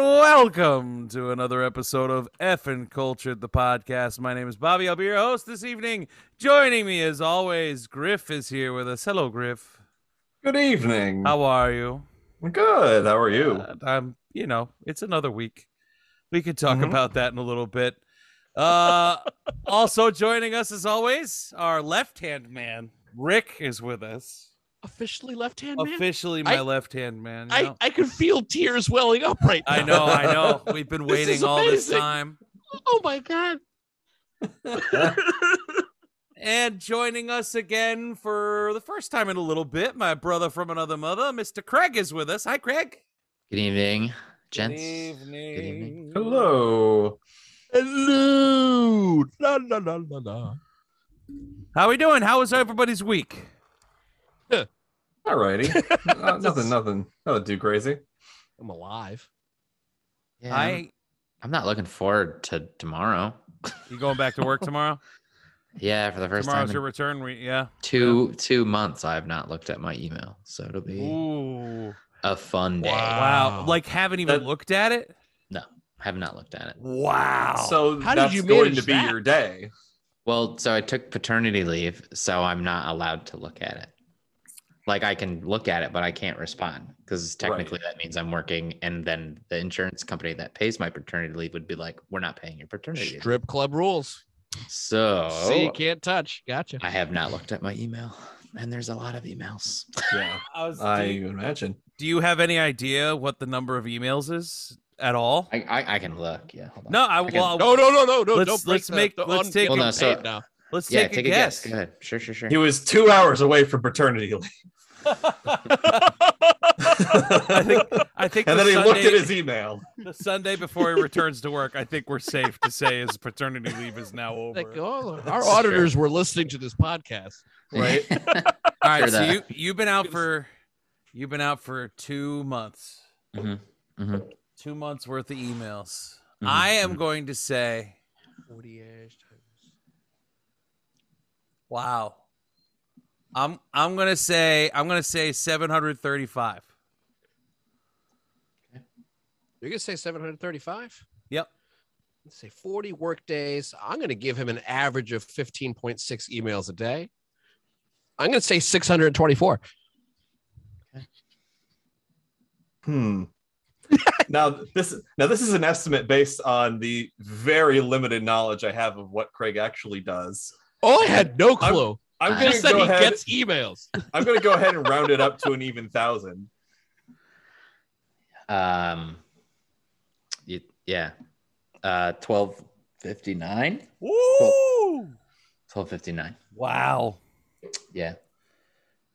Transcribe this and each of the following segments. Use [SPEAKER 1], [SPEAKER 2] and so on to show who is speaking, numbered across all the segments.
[SPEAKER 1] Welcome to another episode of Effin' Cultured, the podcast. My name is Bobby. I'll be your host this evening. Joining me, as always, Griff is here with us. Hello, Griff.
[SPEAKER 2] Good evening.
[SPEAKER 1] How are you?
[SPEAKER 2] Good. How are you?
[SPEAKER 1] Uh, I'm, you know, it's another week. We could talk
[SPEAKER 3] Mm-hmm.
[SPEAKER 1] about that in a little bit. Uh, also joining us, as always, our left-hand man, Rick, is with us.
[SPEAKER 3] officially left hand man.
[SPEAKER 1] Officially, my
[SPEAKER 3] I-
[SPEAKER 1] left-hand man. you
[SPEAKER 3] I,
[SPEAKER 1] know?
[SPEAKER 3] I could feel tears welling up right now.
[SPEAKER 1] I know, I know. We've been
[SPEAKER 3] This is
[SPEAKER 1] waiting all this
[SPEAKER 3] amazing.
[SPEAKER 1] time.
[SPEAKER 3] Oh my god.
[SPEAKER 2] Uh,
[SPEAKER 1] And joining us again for the first time in a little bit, my brother from another mother, Mr. Craig, is with us. Hi, Craig.
[SPEAKER 4] Good evening, gents.
[SPEAKER 1] evening.
[SPEAKER 4] evening.
[SPEAKER 2] Hello.
[SPEAKER 3] Hello. La, la, la, la, la.
[SPEAKER 1] How we doing? How was everybody's week?
[SPEAKER 2] Alrighty. Uh, nothing, nothing. Nothing too crazy.
[SPEAKER 3] I'm alive.
[SPEAKER 4] Yeah, I'm,
[SPEAKER 1] I
[SPEAKER 4] I'm not looking forward to tomorrow.
[SPEAKER 1] you going back to work tomorrow?
[SPEAKER 4] Yeah, for the first
[SPEAKER 1] Tomorrow's
[SPEAKER 4] time
[SPEAKER 1] your
[SPEAKER 4] in
[SPEAKER 1] return week. Yeah.
[SPEAKER 4] two two months, I have not looked at my email, so it'll be
[SPEAKER 1] Ooh.
[SPEAKER 4] a fun day.
[SPEAKER 3] Wow.
[SPEAKER 1] Wow. Like haven't even
[SPEAKER 2] That-
[SPEAKER 1] looked at it?
[SPEAKER 4] I have not looked at it.
[SPEAKER 1] Wow.
[SPEAKER 2] So
[SPEAKER 3] How did
[SPEAKER 2] Oh, that's
[SPEAKER 3] you
[SPEAKER 2] going
[SPEAKER 3] manage
[SPEAKER 2] to be
[SPEAKER 3] that?
[SPEAKER 2] your day.
[SPEAKER 4] Well, so I took paternity leave, so I'm not allowed to look at it. Like I can look at it, but I can't respond because technically that means I'm working, and then the insurance company that pays my paternity leave would be like, "We're not paying your paternity." leave."
[SPEAKER 3] Strip club rules.
[SPEAKER 4] So
[SPEAKER 3] So
[SPEAKER 1] Oh.
[SPEAKER 3] you can't touch. Gotcha.
[SPEAKER 4] I have not looked at my email, and there's a lot of emails.
[SPEAKER 2] Yeah.
[SPEAKER 1] I was,
[SPEAKER 2] I
[SPEAKER 1] do, you,
[SPEAKER 2] imagine.
[SPEAKER 1] do you have any idea what the number of emails is at all?
[SPEAKER 4] I, I, I can look. Yeah. Hold on.
[SPEAKER 1] no, I
[SPEAKER 4] I can-
[SPEAKER 1] well
[SPEAKER 3] No, no, no, no, no.
[SPEAKER 1] Let's-
[SPEAKER 3] don't break
[SPEAKER 1] let's
[SPEAKER 3] the-
[SPEAKER 1] make-
[SPEAKER 3] the
[SPEAKER 1] let's take
[SPEAKER 4] Well, no,
[SPEAKER 3] ungiven
[SPEAKER 4] so-
[SPEAKER 3] tape now.
[SPEAKER 1] let's
[SPEAKER 4] yeah,
[SPEAKER 1] take, a guess.
[SPEAKER 4] Go ahead. Sure, sure, sure.
[SPEAKER 2] He was two hours away from paternity leave.
[SPEAKER 1] I think I think
[SPEAKER 2] and
[SPEAKER 1] the
[SPEAKER 2] then he
[SPEAKER 1] Sunday,
[SPEAKER 2] looked at his email.
[SPEAKER 1] the Sunday before he returns to work. I think we're safe to say his paternity leave is now over.
[SPEAKER 3] Like, oh, our auditors were listening to this podcast.
[SPEAKER 2] Right?
[SPEAKER 1] All right,
[SPEAKER 4] Sure
[SPEAKER 1] so
[SPEAKER 4] that.
[SPEAKER 1] you you've been out for you've been out for two months,
[SPEAKER 3] Mm-hmm,
[SPEAKER 4] Mhm.
[SPEAKER 1] two months worth of emails.
[SPEAKER 4] Mhm.
[SPEAKER 1] I am going to say,
[SPEAKER 3] 40 ash times.
[SPEAKER 1] wow. I'm I'm gonna say I'm gonna say 735.
[SPEAKER 3] You're going to say 735?
[SPEAKER 1] Yep.
[SPEAKER 3] Let's say 40 work days. I'm going to give him an average of 15.6 emails a day. I'm going to say 624.
[SPEAKER 2] Hmm. Now this now this is an estimate based on the very limited knowledge I have of what Craig actually does.
[SPEAKER 3] Oh, I had no
[SPEAKER 2] I'm-
[SPEAKER 3] clue.
[SPEAKER 2] I'm
[SPEAKER 4] I
[SPEAKER 3] I
[SPEAKER 2] gonna
[SPEAKER 3] just said
[SPEAKER 2] go
[SPEAKER 3] he
[SPEAKER 2] ahead.
[SPEAKER 3] gets emails.
[SPEAKER 2] I'm gonna go ahead and round it up to an even thousand.
[SPEAKER 4] Um. You, yeah. Uh, twelve fifty nine.
[SPEAKER 1] Woo!
[SPEAKER 4] Twelve fifty nine.
[SPEAKER 1] Wow.
[SPEAKER 4] Yeah.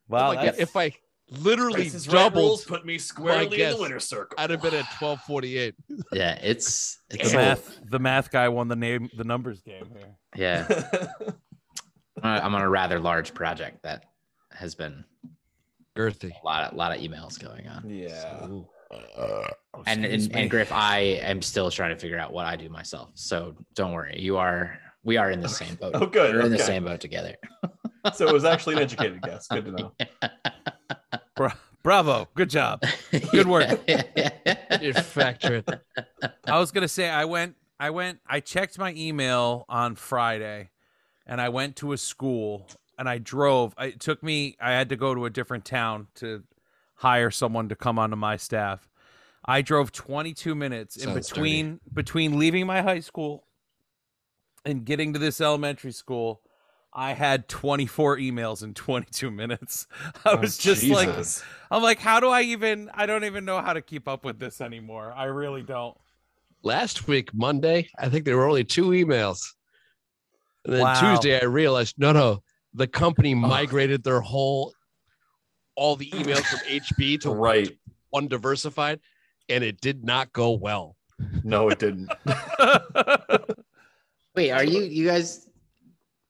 [SPEAKER 1] Wow.
[SPEAKER 3] Oh my God,
[SPEAKER 1] that's-
[SPEAKER 3] if I literally
[SPEAKER 2] Price is Right rules
[SPEAKER 3] doubled,
[SPEAKER 2] put me squarely in
[SPEAKER 3] guess.
[SPEAKER 2] the winner circle.
[SPEAKER 3] I'd have been at 1248.
[SPEAKER 4] Yeah. It's it's
[SPEAKER 1] the
[SPEAKER 4] a little-
[SPEAKER 1] math the math guy won the name the numbers game here.
[SPEAKER 4] yeah. I'm on, a- I'm on a rather large project that has been
[SPEAKER 3] Girthy.
[SPEAKER 4] a lot a lot of emails going on.
[SPEAKER 2] yeah.
[SPEAKER 3] Ooh.
[SPEAKER 4] And
[SPEAKER 1] Oh, Excuse
[SPEAKER 4] and, and
[SPEAKER 1] me.
[SPEAKER 4] Griff, I am still trying to figure out what I do myself. So don't worry. You are we are in the same boat.
[SPEAKER 2] Oh, good.
[SPEAKER 4] We're in the
[SPEAKER 2] okay.
[SPEAKER 4] same boat together.
[SPEAKER 2] So it was actually an educated guess. Good to know.
[SPEAKER 1] Bra- Bravo. Good job. Good work.
[SPEAKER 3] You factor it.
[SPEAKER 1] I was gonna say I went I went I checked my email on Friday and I went to a school and I drove. I, it took me I had to go to a different town to hire someone to come onto my staff. I drove 22 minutes in
[SPEAKER 3] Sounds dirty.
[SPEAKER 1] between between leaving my high school and getting to this elementary school. I had 24 emails in 22 minutes. I
[SPEAKER 2] Oh,
[SPEAKER 1] was just like I'm like how do I even I don't even know how to keep up with this anymore. I really don't.
[SPEAKER 3] Last week, Monday, I think there were only two emails. And then
[SPEAKER 1] Wow.
[SPEAKER 3] Tuesday, I realized no, no, the company migrated their whole, all the emails from HB to
[SPEAKER 2] right.
[SPEAKER 3] one diversified, and it did not go well.
[SPEAKER 2] No, it didn't.
[SPEAKER 4] Wait, are you you guys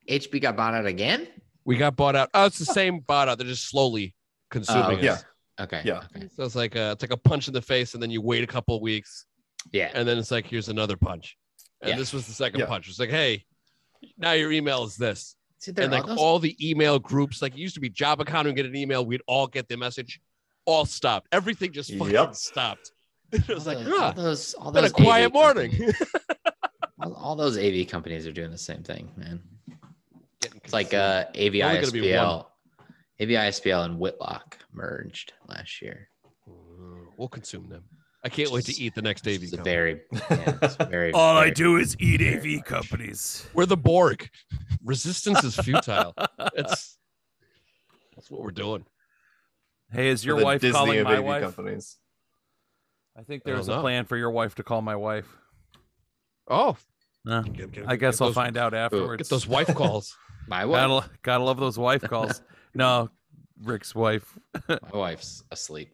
[SPEAKER 4] HB got bought out again?
[SPEAKER 3] We got bought out. Oh, it's the same bought out. They're just slowly consuming
[SPEAKER 4] Oh, okay.
[SPEAKER 3] us.
[SPEAKER 2] Yeah.
[SPEAKER 4] Okay.
[SPEAKER 2] Yeah.
[SPEAKER 4] Okay.
[SPEAKER 3] So it's like a, it's like a punch in the face, and then you wait a couple of weeks,
[SPEAKER 4] Yeah.
[SPEAKER 3] and then it's like here's another punch and
[SPEAKER 4] Yeah.
[SPEAKER 3] this was the second
[SPEAKER 2] Yeah.
[SPEAKER 3] punch it's like hey now your email is this
[SPEAKER 4] See, there
[SPEAKER 3] and
[SPEAKER 4] are
[SPEAKER 3] like
[SPEAKER 4] those-
[SPEAKER 3] all the email groups like it used to be jobicon would get an email we'd all get the message all stopped everything just fucking
[SPEAKER 2] Yep.
[SPEAKER 3] stopped it was like
[SPEAKER 4] all
[SPEAKER 3] huh,
[SPEAKER 4] those, all
[SPEAKER 3] been
[SPEAKER 4] those,
[SPEAKER 3] a
[SPEAKER 4] all those
[SPEAKER 3] quiet
[SPEAKER 4] AV
[SPEAKER 3] morning
[SPEAKER 4] companies- all, all those AV companies are doing the same thing, man.
[SPEAKER 3] Getting
[SPEAKER 4] It's like
[SPEAKER 3] consumed.
[SPEAKER 4] uh,
[SPEAKER 3] Only gonna be
[SPEAKER 4] AVISPL, AVISPL and Whitlock merged last year.
[SPEAKER 3] Mm, we'll consume them i can't wait to eat the next AV
[SPEAKER 4] It's a
[SPEAKER 3] company.
[SPEAKER 4] very, yeah, it's a very.
[SPEAKER 1] All I
[SPEAKER 4] very-
[SPEAKER 1] do is eat
[SPEAKER 4] very
[SPEAKER 1] AV
[SPEAKER 4] much.
[SPEAKER 1] companies.
[SPEAKER 3] we're the borg resistance is futile that's that's what we're doing
[SPEAKER 1] Hey, is your
[SPEAKER 2] The
[SPEAKER 1] wife
[SPEAKER 2] Disney
[SPEAKER 1] calling
[SPEAKER 2] of
[SPEAKER 1] my
[SPEAKER 2] AV
[SPEAKER 1] wife?
[SPEAKER 2] companies.
[SPEAKER 1] I think
[SPEAKER 3] I don't
[SPEAKER 1] there's a
[SPEAKER 3] know.
[SPEAKER 1] plan for your wife to call my wife.
[SPEAKER 3] oh
[SPEAKER 1] No,
[SPEAKER 3] get- get-
[SPEAKER 1] I guess
[SPEAKER 3] get
[SPEAKER 1] I'll
[SPEAKER 3] those- uh,
[SPEAKER 1] find out
[SPEAKER 3] get
[SPEAKER 1] afterwards.
[SPEAKER 3] those wife calls
[SPEAKER 4] My wife,
[SPEAKER 1] Gotta, lo- gotta love those wife calls. no, Rick's wife.
[SPEAKER 4] my wife's asleep.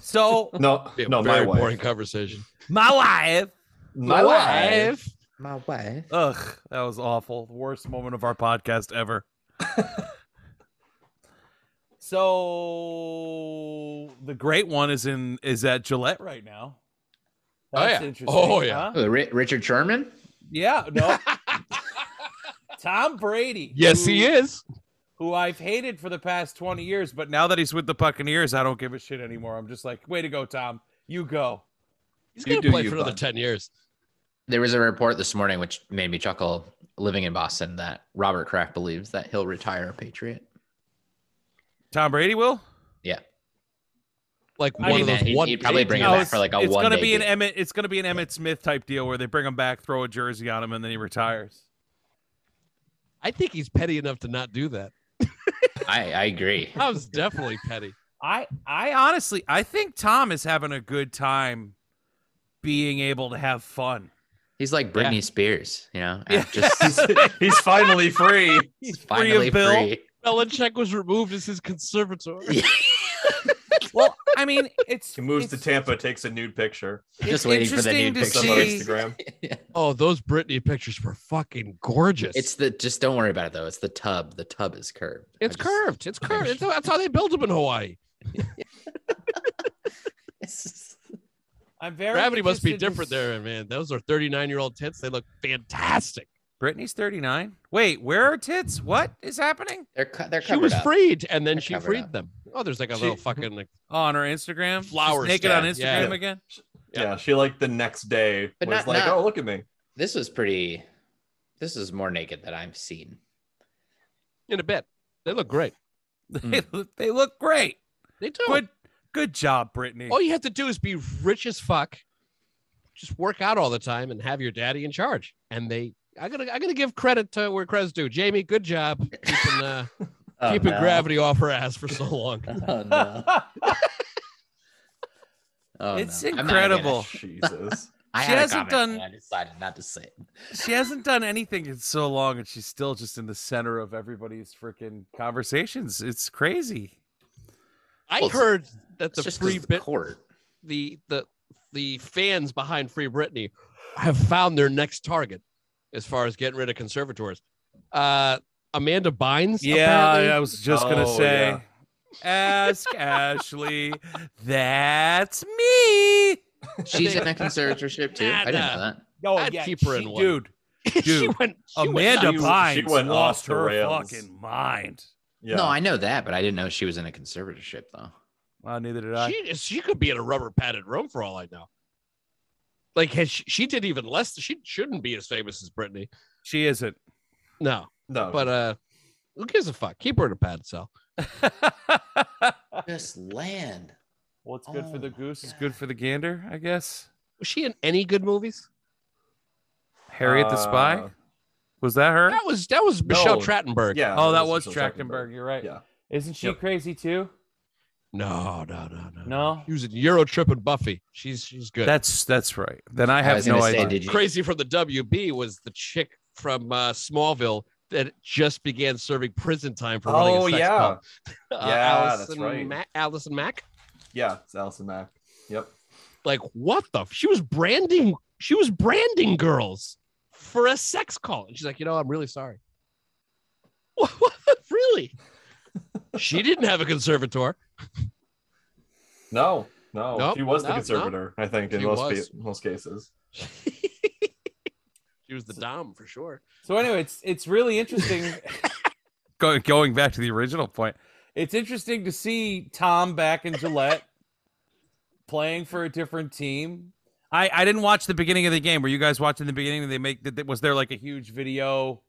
[SPEAKER 1] So
[SPEAKER 2] No,
[SPEAKER 3] Be a
[SPEAKER 2] no, my
[SPEAKER 3] very
[SPEAKER 2] wife.
[SPEAKER 3] boring conversation.
[SPEAKER 1] my wife.
[SPEAKER 2] My wife.
[SPEAKER 4] My wife.
[SPEAKER 1] Ugh, that was awful. Worst moment of our podcast ever. so the great one is in is at Gillette right now.
[SPEAKER 3] Oh,
[SPEAKER 1] That's
[SPEAKER 3] yeah.
[SPEAKER 1] interesting.
[SPEAKER 3] Oh, yeah.
[SPEAKER 1] huh?
[SPEAKER 4] Oh, Ri- Richard Sherman.
[SPEAKER 1] Yeah, no. Tom Brady.
[SPEAKER 3] Yes, he
[SPEAKER 1] who-
[SPEAKER 3] is.
[SPEAKER 1] Who I've hated for the past 20 years, but now that he's with the Buccaneers, I don't give a shit anymore. I'm just like, way to go, Tom. You go.
[SPEAKER 3] He's
[SPEAKER 2] You
[SPEAKER 3] gonna
[SPEAKER 2] do
[SPEAKER 3] play
[SPEAKER 2] you,
[SPEAKER 3] for another
[SPEAKER 2] bud.
[SPEAKER 3] ten years.
[SPEAKER 4] There was a report this morning which made me chuckle. Living in Boston, that Robert Kraft believes that he'll retire a Patriot.
[SPEAKER 1] Tom Brady will?
[SPEAKER 4] Yeah,
[SPEAKER 3] Like
[SPEAKER 1] I
[SPEAKER 3] one
[SPEAKER 1] mean,
[SPEAKER 3] of
[SPEAKER 4] man,
[SPEAKER 3] those
[SPEAKER 4] he'd-
[SPEAKER 3] one.
[SPEAKER 4] he'd probably bring him
[SPEAKER 1] No,
[SPEAKER 4] back
[SPEAKER 1] it's-
[SPEAKER 4] for like a
[SPEAKER 1] it's
[SPEAKER 4] one
[SPEAKER 1] gonna
[SPEAKER 4] day
[SPEAKER 1] be an
[SPEAKER 4] game.
[SPEAKER 1] Emmett. It's gonna be an Emmett Smith type deal where they bring him back, throw a jersey on him, and then he retires.
[SPEAKER 3] I think he's petty enough to not do that.
[SPEAKER 4] I, I agree.
[SPEAKER 3] Tom's definitely petty.
[SPEAKER 1] I I honestly I think Tom is having a good time being able to have fun.
[SPEAKER 4] He's like Britney Spears, you know,
[SPEAKER 1] Yeah.
[SPEAKER 4] just
[SPEAKER 2] He's finally free.
[SPEAKER 1] He's
[SPEAKER 4] finally free.
[SPEAKER 3] Belichick was removed as his conservator.
[SPEAKER 1] Well, I mean, it's
[SPEAKER 2] He moves to
[SPEAKER 1] it's-
[SPEAKER 2] Tampa, takes a nude picture.
[SPEAKER 1] It's
[SPEAKER 4] Just waiting for the
[SPEAKER 1] interesting
[SPEAKER 4] nude
[SPEAKER 1] to
[SPEAKER 2] Takes
[SPEAKER 4] picture.
[SPEAKER 2] up on
[SPEAKER 1] see-
[SPEAKER 2] Instagram.
[SPEAKER 3] Oh, those Britney pictures were fucking gorgeous.
[SPEAKER 4] It's the just don't worry about it though. It's the tub. The tub is curved.
[SPEAKER 3] it's
[SPEAKER 4] I just-
[SPEAKER 3] curved. It's curved. It's- that's how they build them in Hawaii.
[SPEAKER 4] it's just-
[SPEAKER 1] I'm very
[SPEAKER 3] Gravity must be
[SPEAKER 1] interested to
[SPEAKER 3] different
[SPEAKER 1] see-
[SPEAKER 3] there, man. Those are 39 year old tits. They look fantastic.
[SPEAKER 1] Brittany's 39. Wait, where are tits? What is happening?
[SPEAKER 4] they're co- they're
[SPEAKER 3] She
[SPEAKER 4] covered
[SPEAKER 3] was
[SPEAKER 4] up.
[SPEAKER 3] freed, and then
[SPEAKER 4] They're
[SPEAKER 3] she
[SPEAKER 4] covered
[SPEAKER 3] freed
[SPEAKER 4] up.
[SPEAKER 3] them. Oh, there's like a
[SPEAKER 2] She-
[SPEAKER 3] little fucking like
[SPEAKER 1] Oh, on her Instagram, She's
[SPEAKER 3] Flowers,
[SPEAKER 1] naked
[SPEAKER 3] yeah,
[SPEAKER 1] on Instagram
[SPEAKER 2] yeah.
[SPEAKER 1] again.
[SPEAKER 2] Yeah. she like the next day
[SPEAKER 4] But
[SPEAKER 2] was
[SPEAKER 4] not-
[SPEAKER 2] like,
[SPEAKER 4] not-
[SPEAKER 2] "Oh, look at me."
[SPEAKER 4] This was pretty. This is more naked that I've seen.
[SPEAKER 3] in a bit. They look great.
[SPEAKER 1] They, look- they look great.
[SPEAKER 3] They do.
[SPEAKER 1] Good, good job, Brittany.
[SPEAKER 3] All you have to do is be rich as fuck, just work out all the time, and have your daddy in charge. And they, I gotta, I gotta give credit to where credit's due. Jamie, good job keeping, uh,
[SPEAKER 4] Oh,
[SPEAKER 3] keeping
[SPEAKER 4] no.
[SPEAKER 3] gravity off her ass for so long.
[SPEAKER 4] Oh, no. Oh,
[SPEAKER 1] It's
[SPEAKER 4] no. I'm not even
[SPEAKER 1] incredible.
[SPEAKER 4] gonna-
[SPEAKER 2] Jesus.
[SPEAKER 4] I
[SPEAKER 1] She
[SPEAKER 4] had a
[SPEAKER 1] hasn't
[SPEAKER 4] comment,
[SPEAKER 1] done-
[SPEAKER 4] and I decided not to say it.
[SPEAKER 1] she hasn't done anything in so long and she's still just in the center of everybody's freaking conversations it's crazy
[SPEAKER 3] I
[SPEAKER 4] Well, it's-
[SPEAKER 3] heard that
[SPEAKER 4] It's
[SPEAKER 3] the
[SPEAKER 4] just
[SPEAKER 3] free
[SPEAKER 4] free the
[SPEAKER 3] bit,
[SPEAKER 4] court.
[SPEAKER 3] the the the fans behind Free Britney have found their next target as far as getting rid of conservators. Uh, Amanda Bynes. apparently.
[SPEAKER 1] i was just gonna
[SPEAKER 2] Oh,
[SPEAKER 1] say
[SPEAKER 2] yeah.
[SPEAKER 1] ask ashley that's me
[SPEAKER 4] She's in a conservatorship too. I didn't know that.
[SPEAKER 1] oh
[SPEAKER 3] I'd keep her in
[SPEAKER 1] she-
[SPEAKER 3] one.
[SPEAKER 1] dude
[SPEAKER 3] she
[SPEAKER 1] Dude,
[SPEAKER 3] went, she went
[SPEAKER 1] amanda
[SPEAKER 3] nuts.
[SPEAKER 1] bynes
[SPEAKER 2] she went
[SPEAKER 1] lost
[SPEAKER 2] off the
[SPEAKER 1] her
[SPEAKER 2] rails.
[SPEAKER 1] fucking mind
[SPEAKER 2] Yeah.
[SPEAKER 4] No, I know that, but I didn't know she was in a conservatorship though.
[SPEAKER 1] well neither did i
[SPEAKER 3] She she could be in a rubber padded room for all I know. Like has she, she did even less. She shouldn't be as famous as Britney.
[SPEAKER 1] she isn't
[SPEAKER 3] No,
[SPEAKER 2] no.
[SPEAKER 3] but uh, who gives a fuck? Keep her in a padded cell.
[SPEAKER 4] Just land.
[SPEAKER 1] what's good for
[SPEAKER 4] Oh
[SPEAKER 1] the
[SPEAKER 4] my
[SPEAKER 1] goose is good for the gander i guess
[SPEAKER 3] Was she in any good movies?
[SPEAKER 1] harriet the spy
[SPEAKER 2] Uh,
[SPEAKER 1] was that her
[SPEAKER 3] That was that was Michelle
[SPEAKER 2] No.
[SPEAKER 3] Trachtenberg.
[SPEAKER 2] yeah.
[SPEAKER 1] Oh,
[SPEAKER 2] it
[SPEAKER 1] that was
[SPEAKER 2] Michelle
[SPEAKER 1] Trachtenberg. You're right.
[SPEAKER 2] Yeah.
[SPEAKER 1] Isn't she
[SPEAKER 2] Yep.
[SPEAKER 1] crazy too?
[SPEAKER 3] No, no, no, no.
[SPEAKER 1] No.
[SPEAKER 3] She was in Euro Trip and Buffy. She's she's good.
[SPEAKER 1] That's that's right. Then I
[SPEAKER 4] I
[SPEAKER 1] have
[SPEAKER 4] was
[SPEAKER 1] no
[SPEAKER 4] gonna say,
[SPEAKER 1] idea.
[SPEAKER 4] did you
[SPEAKER 3] Crazy from the WB was the chick from uh, Smallville that just began serving prison time for running
[SPEAKER 2] Oh
[SPEAKER 3] a sex
[SPEAKER 2] yeah,
[SPEAKER 3] cult. Uh,
[SPEAKER 2] Yeah, that's
[SPEAKER 3] Allison
[SPEAKER 2] right.
[SPEAKER 3] Ma- Allison Mack.
[SPEAKER 2] yeah. It's Allison Mack. Yep.
[SPEAKER 3] like what the f- she was branding she was branding girls for a sex call and she's like you know i'm really sorry what, really she didn't have a conservator
[SPEAKER 2] No, No,
[SPEAKER 3] Nope,
[SPEAKER 2] she was the
[SPEAKER 3] no, no.
[SPEAKER 2] conservator. I think in
[SPEAKER 3] She
[SPEAKER 2] most
[SPEAKER 3] was.
[SPEAKER 2] pe- most cases.
[SPEAKER 3] she was the dom for sure.
[SPEAKER 1] So anyway, it's it's really interesting. going going back to the original point, it's interesting to see Tom back in Gillette playing for a different team. I I didn't watch the beginning of the game. Were you guys watching the beginning? They make that was there like a huge video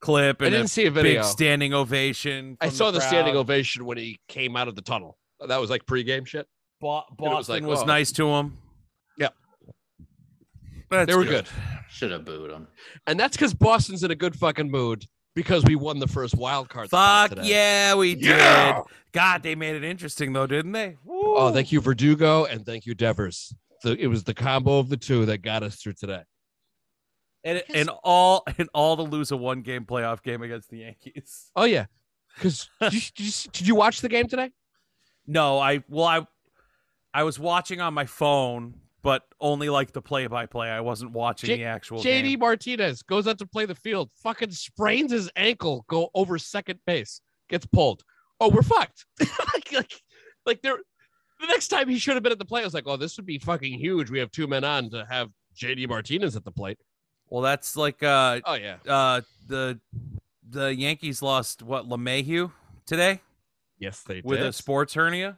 [SPEAKER 1] clip
[SPEAKER 3] I
[SPEAKER 1] and a
[SPEAKER 3] didn't see a video.
[SPEAKER 1] big standing ovation.
[SPEAKER 3] I
[SPEAKER 1] from
[SPEAKER 3] saw the, standing
[SPEAKER 1] crowd?
[SPEAKER 3] ovation when he came out of the tunnel. That was like pregame shit.
[SPEAKER 1] Bo- Boston was,
[SPEAKER 3] like, "Whoa."
[SPEAKER 1] nice to him.
[SPEAKER 3] Yeah.
[SPEAKER 1] That's
[SPEAKER 3] they were good.
[SPEAKER 4] Should have booed him.
[SPEAKER 3] And that's because Boston's in a good fucking mood because we won the first wild card. spot
[SPEAKER 1] Fuck
[SPEAKER 3] today.
[SPEAKER 1] yeah, we did.
[SPEAKER 3] Yeah.
[SPEAKER 1] God, they made it interesting though, didn't they?
[SPEAKER 3] Oh,
[SPEAKER 1] Woo.
[SPEAKER 3] thank you, Verdugo, and thank you, Devers. The, it was the combo of the two that got us through today.
[SPEAKER 1] and,
[SPEAKER 3] Because-
[SPEAKER 1] and all and all to lose a one game playoff game against the Yankees.
[SPEAKER 3] Oh yeah, because did, you- did you- did you watch the game today?
[SPEAKER 1] No, I well I I was watching on my phone, but only like the play by play. I wasn't watching
[SPEAKER 3] J-
[SPEAKER 1] the actual
[SPEAKER 3] JD
[SPEAKER 1] game.
[SPEAKER 3] Martinez goes out to play the field, fucking sprains his ankle, go over second base, gets pulled. Oh, we're fucked. like, like, like there. The next time he should have been at the plate, I was like, oh, this would be fucking huge. We have two men on to have JD Martinez at the plate.
[SPEAKER 1] Well, that's like uh
[SPEAKER 3] Oh yeah,
[SPEAKER 1] uh the the Yankees lost what LeMahieu today
[SPEAKER 3] yes they
[SPEAKER 1] with a sports hernia.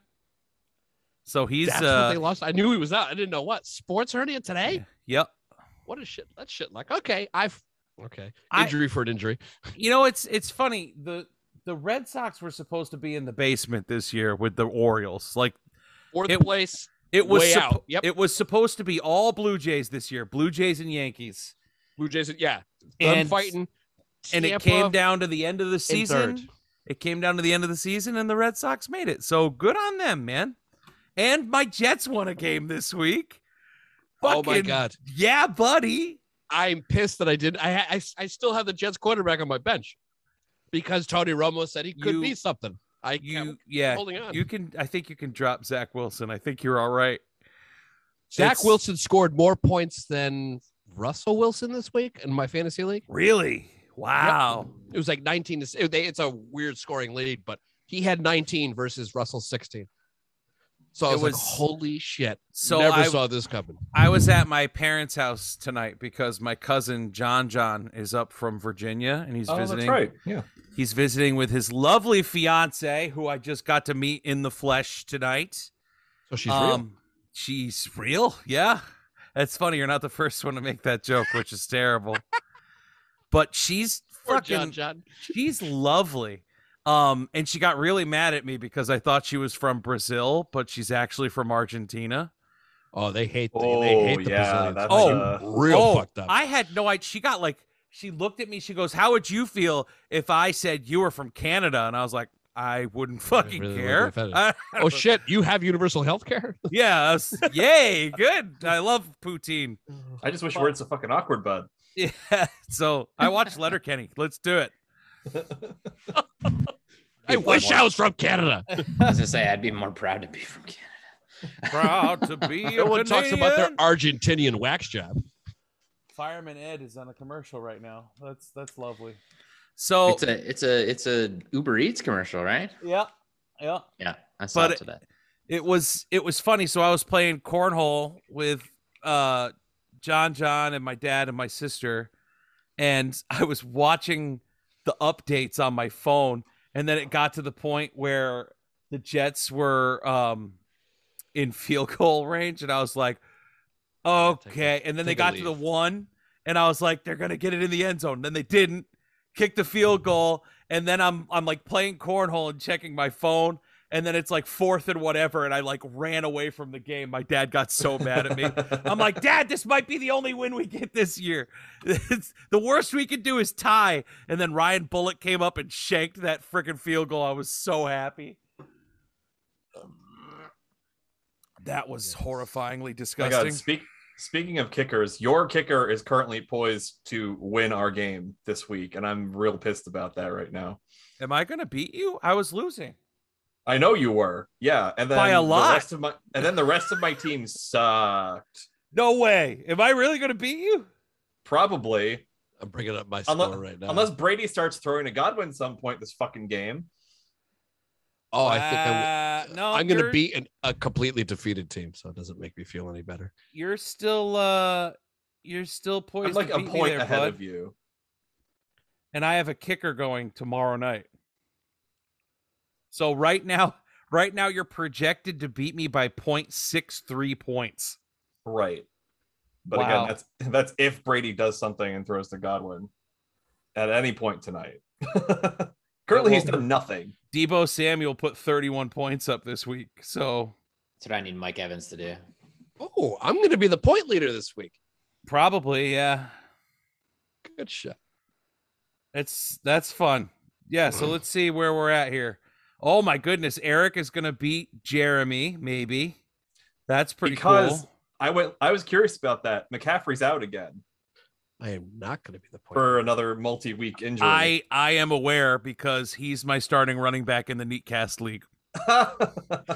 [SPEAKER 1] So he's
[SPEAKER 3] That's what they
[SPEAKER 1] uh
[SPEAKER 3] lost. I knew he was out. I didn't know what sports hernia today.
[SPEAKER 1] yep.
[SPEAKER 3] What a shit. That shit. Like okay, I've okay
[SPEAKER 1] I-
[SPEAKER 3] injury for an injury.
[SPEAKER 1] You know, it's it's funny. The the Red Sox were supposed to be in the basement this year with the Orioles. Like
[SPEAKER 3] Fourth
[SPEAKER 1] It-
[SPEAKER 3] place.
[SPEAKER 1] It was
[SPEAKER 3] Way
[SPEAKER 1] suppo-
[SPEAKER 3] out. Yep.
[SPEAKER 1] It was supposed to be all Blue Jays this year, Blue Jays and Yankees,
[SPEAKER 3] Blue Jays. Yeah, done
[SPEAKER 1] and
[SPEAKER 3] fighting.
[SPEAKER 1] and it
[SPEAKER 3] Tampa
[SPEAKER 1] came down to the end of the
[SPEAKER 3] in third.
[SPEAKER 1] season. It came down to the end of the season, and the Red Sox made it. So good on them, man. And my Jets won a game this week.
[SPEAKER 3] Oh my
[SPEAKER 1] Fucking-
[SPEAKER 3] god.
[SPEAKER 1] Yeah, buddy.
[SPEAKER 3] I'm pissed that I didn't. I, ha- I s- I still have the Jets quarterback on my bench because Tony Romo said he could
[SPEAKER 1] You-
[SPEAKER 3] be something. I
[SPEAKER 1] You
[SPEAKER 3] you,
[SPEAKER 1] yeah.
[SPEAKER 3] holding on.
[SPEAKER 1] You can. I think you can drop Zach Wilson. I think you're all right.
[SPEAKER 3] Zach
[SPEAKER 1] it's-
[SPEAKER 3] Wilson scored more points than Russell Wilson this week in my fantasy league.
[SPEAKER 1] Really? Wow.
[SPEAKER 3] It was like 19 to s- it- they, it's a weird scoring lead, but he had 19 versus Russell 16. So I
[SPEAKER 1] It
[SPEAKER 3] was, like,
[SPEAKER 1] was-
[SPEAKER 3] holy shit.
[SPEAKER 1] So
[SPEAKER 3] Never
[SPEAKER 1] I
[SPEAKER 3] saw this coming.
[SPEAKER 1] I was at my parents' house tonight because my cousin John John is up from Virginia and he's
[SPEAKER 2] oh,
[SPEAKER 1] visiting.
[SPEAKER 2] that's right. Yeah.
[SPEAKER 1] He's visiting with his lovely fiance, who I just got to meet in the flesh tonight.
[SPEAKER 3] So she's
[SPEAKER 1] Um,
[SPEAKER 3] real.
[SPEAKER 1] She's real. Yeah. That's funny. You're not the first one to make that joke, which is terrible. but she's
[SPEAKER 3] Poor
[SPEAKER 1] fucking
[SPEAKER 3] John John.
[SPEAKER 1] she's lovely. Um, and she got really mad at me because I thought she was from Brazil, but she's actually from Argentina.
[SPEAKER 3] Oh, they hate the,
[SPEAKER 2] Oh,
[SPEAKER 3] they hate the
[SPEAKER 2] yeah,
[SPEAKER 3] Brazilians.
[SPEAKER 2] that's,
[SPEAKER 3] oh,
[SPEAKER 2] uh,
[SPEAKER 3] real
[SPEAKER 1] oh,
[SPEAKER 3] fucked up.
[SPEAKER 1] I had no idea. She got like, she looked at me. She goes, "How would you feel if I said you were from Canada?" And I was like, "I wouldn't fucking
[SPEAKER 3] really wouldn't
[SPEAKER 1] care."
[SPEAKER 3] be offended.
[SPEAKER 1] I-
[SPEAKER 3] oh shit, you have universal health care?
[SPEAKER 1] yeah, I was- yay, good. I love poutine.
[SPEAKER 2] I just wish we weren't so fucking awkward, bud.
[SPEAKER 1] Yeah, so I watched Letterkenny. Let's do it.
[SPEAKER 3] I wish I was from Canada.
[SPEAKER 4] I was gonna say I'd be more proud to be from Canada.
[SPEAKER 1] Proud to be. a
[SPEAKER 3] No one talks about their
[SPEAKER 1] Canadian.
[SPEAKER 3] Argentinian wax job.
[SPEAKER 1] fireman Ed is on a commercial right now. That's that's lovely. So
[SPEAKER 4] It's a it's a it's a Uber Eats commercial, right?
[SPEAKER 1] yeah, yeah.
[SPEAKER 4] Yeah, I saw
[SPEAKER 1] But
[SPEAKER 4] it today.
[SPEAKER 1] it was it was funny. So I was playing cornhole with uh John John and my dad and my sister, and I was watching the updates on my phone, and then it got to the point where the Jets were um in field goal range, and I was like, okay. And then they
[SPEAKER 3] take a
[SPEAKER 1] got to the
[SPEAKER 3] leaf.
[SPEAKER 1] one, and I was like, they're gonna get it in the end zone. Then they didn't kick the field goal, and then I'm I'm like playing cornhole and checking my phone. And then it's like fourth and whatever, and I like ran away from the game. My dad got so mad at me. I'm like, Dad, this might be the only win we get this year. It's, the worst we could do is tie. And then Ryan Bullock came up and shanked that freaking field goal. I was so happy. That was horrifyingly
[SPEAKER 2] my
[SPEAKER 1] disgusting.
[SPEAKER 2] God. Speak, speaking of kickers, your kicker is currently poised to win our game this week, and I'm real pissed about that right now.
[SPEAKER 1] Am I going to beat you? I was losing.
[SPEAKER 2] I know you were. Yeah, and then
[SPEAKER 1] By a lot.
[SPEAKER 2] The rest of my, and then the rest of my team sucked.
[SPEAKER 1] No way. Am I really going to beat you?
[SPEAKER 2] Probably,
[SPEAKER 3] I'm bringing up my score
[SPEAKER 2] Unless-
[SPEAKER 3] right now.
[SPEAKER 2] unless Brady starts throwing a Godwin some point this fucking game.
[SPEAKER 3] Oh, I think I'm,
[SPEAKER 1] Uh, no,
[SPEAKER 3] I'm going to
[SPEAKER 1] you're-
[SPEAKER 3] be an, a completely defeated team, so it doesn't make me feel any better.
[SPEAKER 1] You're still, uh, you're still
[SPEAKER 2] I'm
[SPEAKER 1] poised.
[SPEAKER 2] like
[SPEAKER 1] to
[SPEAKER 2] a
[SPEAKER 1] beat me
[SPEAKER 2] point
[SPEAKER 1] there,
[SPEAKER 2] ahead
[SPEAKER 1] bud.
[SPEAKER 2] of you.
[SPEAKER 1] and I have a kicker going tomorrow night. So right now, right now you're projected to beat me by 0.63 points.
[SPEAKER 2] Right. But
[SPEAKER 1] Wow.
[SPEAKER 2] again, that's that's if Brady does something and throws to Godwin at any point tonight. Currently, he's
[SPEAKER 1] won't-
[SPEAKER 2] done nothing.
[SPEAKER 1] Debo Samuel put 31 points up this week. So
[SPEAKER 4] That's what I need Mike Evans to do.
[SPEAKER 3] Oh, I'm going to be the point leader this week.
[SPEAKER 1] probably, yeah.
[SPEAKER 3] Good shot.
[SPEAKER 1] It's that's fun. Yeah, so let's see where we're at here. Oh my goodness, Eric is gonna beat Jeremy, maybe. That's pretty
[SPEAKER 2] Because-
[SPEAKER 1] cool.
[SPEAKER 2] I went. I was curious about that. McCaffrey's out again
[SPEAKER 3] I am not going to be the point.
[SPEAKER 2] for another multi-week injury.
[SPEAKER 1] I I am aware because he's my starting running back in the Neatcast League.
[SPEAKER 2] womp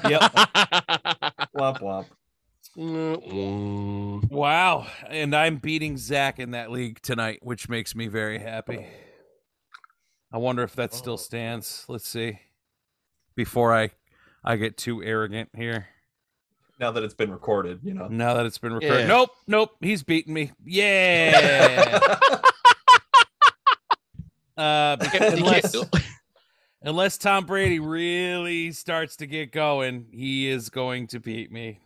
[SPEAKER 1] Yep.
[SPEAKER 2] womp.
[SPEAKER 3] Mm-mm.
[SPEAKER 1] Wow. And I'm beating Zach in that league tonight, which makes me very happy. I wonder if that
[SPEAKER 3] Oh.
[SPEAKER 1] still stands. Let's see. Before I I get too arrogant here.
[SPEAKER 2] Now that it's been recorded, you know.
[SPEAKER 1] Now that it's been recorded.
[SPEAKER 3] Yeah.
[SPEAKER 1] Nope, nope. He's beating me. Yeah. uh
[SPEAKER 3] You
[SPEAKER 1] beca-
[SPEAKER 3] can't- you can't-
[SPEAKER 1] unless unless Tom Brady really starts to get going, he is going to beat me.